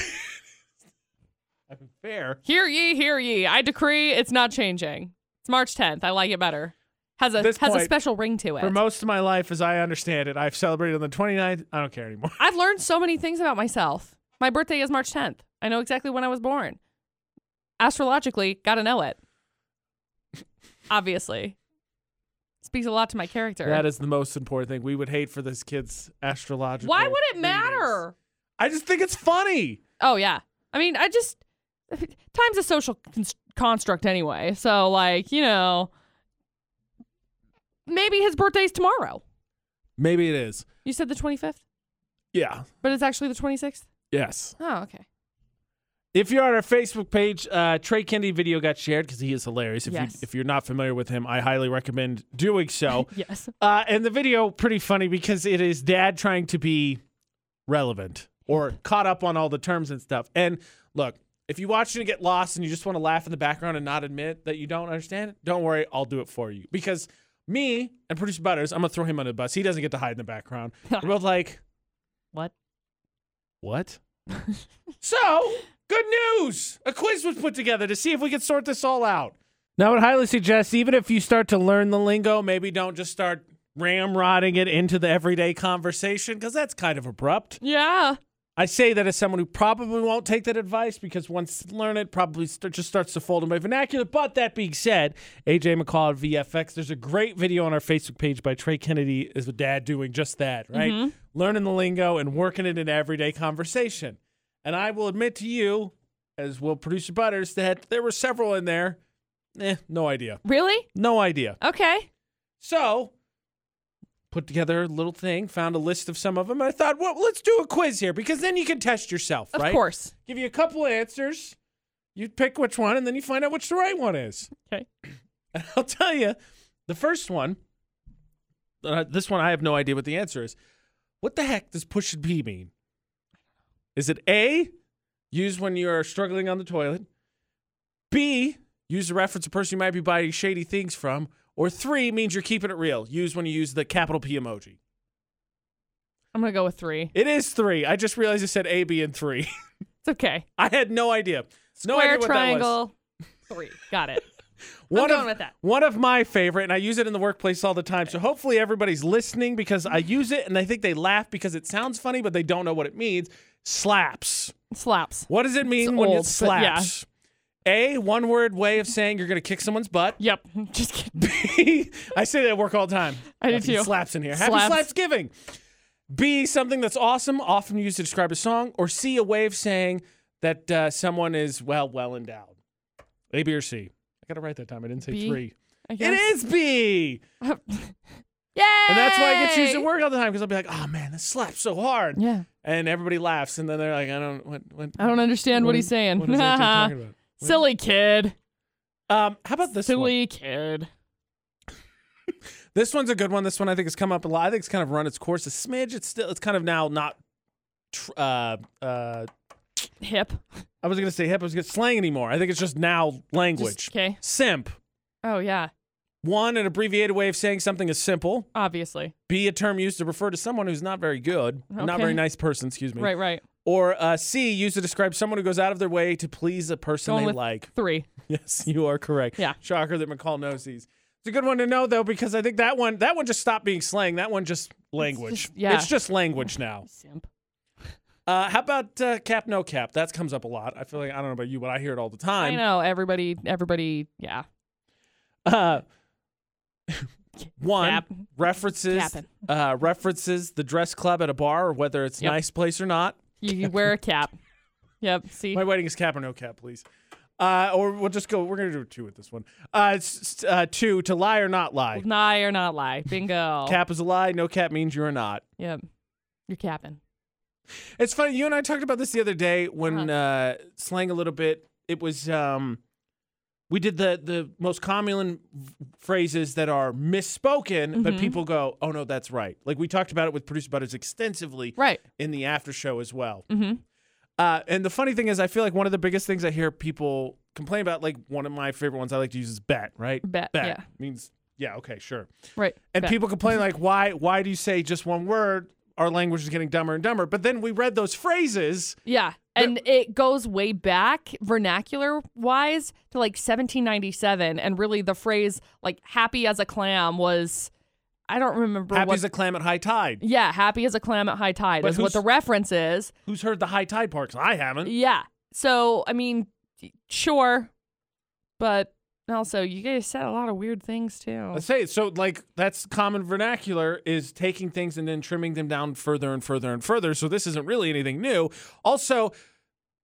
S1: I mean, fair.
S2: Hear ye, hear ye. I decree it's not changing. It's March 10th. I like it better. Has a
S1: This
S2: has a
S1: point,
S2: special ring to it.
S1: For most of my life, as I understand it, I've celebrated on the 29th. I don't care anymore.
S2: I've learned so many things about myself. My birthday is March 10th. I know exactly when I was born. Astrologically, got to know it. Obviously. Speaks a lot to my character.
S1: That is the most important thing. We would hate for this kid's astrological.
S2: Why would it
S1: readings.
S2: matter?
S1: I just think it's funny.
S2: Oh yeah. I mean, I just time's a social cons- construct anyway. So like, you know, maybe his birthday's tomorrow.
S1: Maybe it is.
S2: You said the 25th,
S1: Yeah.
S2: but it's actually the 26th.
S1: Yes.
S2: Oh, okay.
S1: If you're on our Facebook page, uh, Trey Kennedy video got shared because he is hilarious. If, you,
S2: Yes.
S1: if you're not familiar with him, I highly recommend doing so.
S2: Yes.
S1: uh, and the video pretty funny because it is dad trying to be relevant or caught up on all the terms and stuff. And look, if you watch it and get lost and you just want to laugh in the background and not admit that you don't understand, don't worry, I'll do it for you. Because me and producer Butters, I'm gonna throw him under the bus. He doesn't get to hide in the background. We're both like,
S2: What?
S1: what? so, good news! A quiz was put together to see if we could sort this all out. Now, I would highly suggest, even if you start to learn the lingo, maybe don't just start ramrodding it into the everyday conversation because that's kind of abrupt.
S2: Yeah.
S1: I say that as someone who probably won't take that advice because once you learn it, probably st- just starts to fold in my vernacular. But that being said, AJ McCall at VFX, there's a great video on our Facebook page by Trey Kennedy is a dad doing just that, right? Learning the lingo and working it in everyday conversation. And I will admit to you, as will producer Butters, that there were several in there. Eh, no idea.
S2: Really?
S1: No idea.
S2: Okay.
S1: So, put together a little thing, found a list of some of them, and I thought, well, let's do a quiz here because then you can test yourself,
S2: Of
S1: right?
S2: course.
S1: Give you a couple of answers, you pick which one, and then you find out which the right one is.
S2: Okay.
S1: And I'll tell you, the first one, uh, this one I have no idea what the answer is. What the heck does push and pee mean? Is it A, used when you are struggling on the toilet? B, use to reference a person you might be buying shady things from? Or three means you're keeping it real, used when you use the capital P emoji.
S2: I'm going to go with 3.
S1: It is three. I just realized it said A, B, and three.
S2: It's okay.
S1: I had no idea. no idea what That
S2: Square
S1: was.
S2: triangle 3. Got it.
S1: One
S2: going
S1: of,
S2: with that.
S1: One of my favorite, and I use it in the workplace all the time. So hopefully everybody's listening because I use it and I think they laugh because it sounds funny, but they don't know what it means. Slaps.
S2: Slaps.
S1: What does it mean
S2: It's
S1: when
S2: old,
S1: it
S2: but yeah.
S1: slaps? A, one word way of saying you're going to kick someone's butt.
S2: Yep. Just kidding.
S1: B, I say that at work all the time.
S2: I do
S1: Happy
S2: too.
S1: Slaps in here. Happy
S2: Slaps.
S1: Slapsgiving. B, something that's awesome, often used to describe a song. Or C, a way of saying that uh, someone is, well, well endowed. A, B, or C. I got it right that time. I didn't say
S2: B,
S1: three.
S2: I
S1: It
S2: guess.
S1: is B.
S2: Yay!
S1: And that's why I get used at work all the time because I'll be like, oh man, this slaps so hard.
S2: Yeah.
S1: And everybody laughs. And then they're like, I don't, what, what,
S2: I don't understand what,
S1: what-
S2: he's saying.
S1: what is that dude talking about? What-
S2: Silly kid.
S1: Um, how about this one?
S2: Silly kid.
S1: This one's a good one. This one I think has come up a lot. I think it's kind of run its course a smidge. It's still it's kind of now not tr- uh uh
S2: Hip.
S1: I was gonna say hip, I was gonna slang anymore. I think it's just now language.
S2: Okay.
S1: Simp.
S2: Oh yeah.
S1: One, an abbreviated way of saying something is simple.
S2: Obviously.
S1: B, a term used to refer to someone who's not very good, not
S2: Okay.
S1: very nice person, excuse me.
S2: Right. Right.
S1: Or uh, C, used to describe someone who goes out of their way to please a person
S2: Going
S1: they
S2: with-
S1: like.
S2: Three.
S1: Yes, you are correct.
S2: Yeah.
S1: Shocker that McCall knows these. It's a good one to know though, because I think that one that one just stopped being slang. That one just language.
S2: just- yeah.
S1: It's just language now.
S2: Simp.
S1: Uh, how about uh, cap no cap? That comes up a lot. I feel like I don't know about you, but I hear it all the
S2: i
S1: time.
S2: know everybody. Everybody. Yeah.
S1: Uh, one
S2: Cap.
S1: references
S2: Capping.
S1: uh, references the dress club at a bar, or whether it's
S2: Yep.
S1: nice place or not.
S2: You, you wear a cap. Yep. See.
S1: My wedding is cap or no cap, please. Uh, or we'll just go. We're gonna do two with this one. Uh, s- s- uh, two to lie or not lie.
S2: Lie or not lie. Bingo.
S1: Cap is a lie. No cap means you are not.
S2: Yep. You're capping.
S1: It's funny. You and I talked about this the other day when uh, slang a little bit. It was um, we did the the most common v- phrases that are misspoken, but
S2: Mhm.
S1: people go, "Oh no, that's right." Like we talked about it with producer butters extensively
S2: Right.
S1: in the after show as well.
S2: Mm-hmm.
S1: Uh, and the funny thing is, I feel like one of the biggest things I hear people complain about, like one of my favorite ones I like to use is bet. Right?
S2: Bet.
S1: Bet
S2: Yeah.
S1: means yeah, okay, sure.
S2: Right.
S1: And
S2: bet.
S1: people complain like, why why do you say just one word? Our language is getting dumber and dumber. But then we read those phrases.
S2: Yeah. And it goes way back vernacular wise to like 1797. And really, the phrase like happy as a clam was, I don't remember
S1: Happy
S2: what.
S1: as a clam at high tide.
S2: yeah, happy as a clam at high tide
S1: But
S2: is what
S1: who's-
S2: the reference is.
S1: Who's heard the high tide parks? I haven't.
S2: Yeah. So, I mean, sure. But also, you guys said a lot of weird things too.
S1: I say so. Like that's common vernacular is taking things and then trimming them down further and further and further. So this isn't really anything new. Also,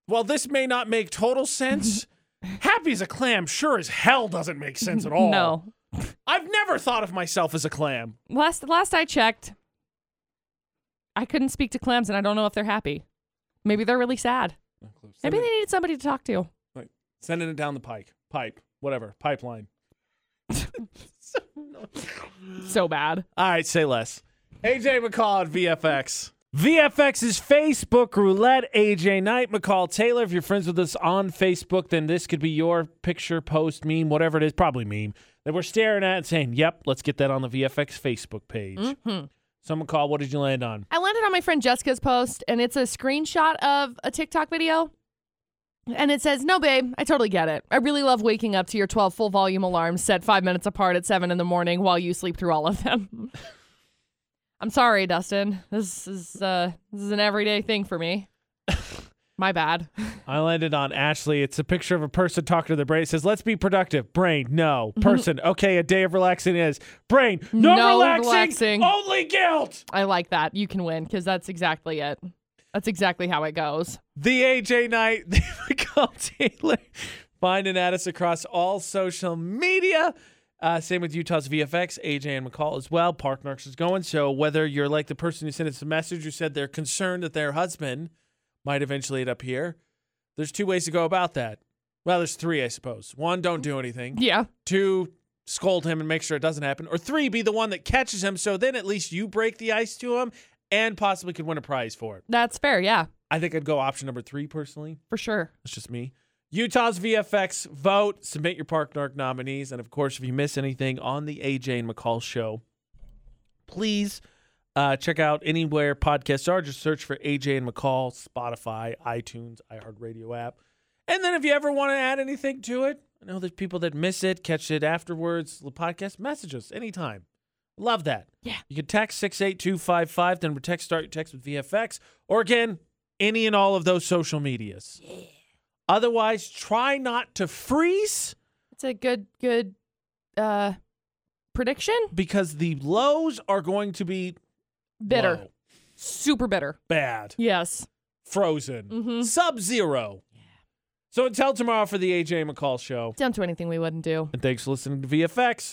S1: while this may not make total sense, happy as a clam sure as hell doesn't make sense at all.
S2: No.
S1: I've never thought of myself as a clam.
S2: Last last I checked, I couldn't speak to clams, and I don't know if they're happy. Maybe they're really sad. Maybe they needed somebody to talk to.
S1: Sending it down the pike, pipe, whatever, pipeline.
S2: So bad.
S1: All right, say less. AJ McCall at VFX. VFX's Facebook roulette, AJ Knight, McCall Taylor. If you're friends with us on Facebook, then this could be your picture, post, meme, whatever it is, probably meme, that we're staring at and saying, yep, let's get that on the VFX Facebook page. So, McCall, what did you land on?
S2: I landed on my friend Jessica's post, and it's a screenshot of a TikTok video. And it says, No, babe, I totally get it. I really love waking up to your 12 full volume alarms set five minutes apart at seven in the morning while you sleep through all of them. I'm sorry, Dustin. This is uh, this is an everyday thing for me. my bad.
S1: I landed on Ashley. It's a picture of a person talking to their brain. It says, let's be productive. Brain, no. Person, okay, a day of relaxing is. Brain, no,
S2: No
S1: relaxing,
S2: relaxing.
S1: only guilt.
S2: I like that. You can win because that's exactly it. That's exactly how it goes.
S1: The AJ Knight, the Michael Taylor. Finding at us across all social media. Uh, same with Utah's VFX, AJ and McCall as well. Park Narks is going. So whether you're like the person who sent us a message who said they're concerned that their husband might eventually end up here, there's two ways to go about that. Well, there's three, I suppose. One, don't do anything.
S2: Yeah.
S1: Two, scold him and make sure it doesn't happen. Or three, be the one that catches him. So then at least you break the ice to him and possibly could win a prize for it.
S2: That's fair. Yeah,
S1: I think I'd go option number three personally.
S2: for sure.
S1: That's just me. Utah's VFX vote. Submit your Park Narc nominees. And of course, if you miss anything on the AJ and McCall show, please uh, check out anywhere podcasts are. Just search for AJ and McCall, Spotify, iTunes, iHeartRadio app. And then if you ever want to add anything to it, I know there's people that miss it, catch it afterwards. The podcast, message us anytime. Love that.
S2: Yeah.
S1: You can text 68255, then text start your text with VFX, or again, any and all of those social medias. Otherwise, try not to freeze
S2: It's a good good uh prediction.
S1: because the lows are going to be
S2: Bitter.
S1: low,
S2: Super bitter.
S1: bad,
S2: Yes.
S1: frozen,
S2: Mhm.
S1: sub zero. So until tomorrow for the AJ McCall show.
S2: Don't do anything we wouldn't do.
S1: And thanks for listening to VFX.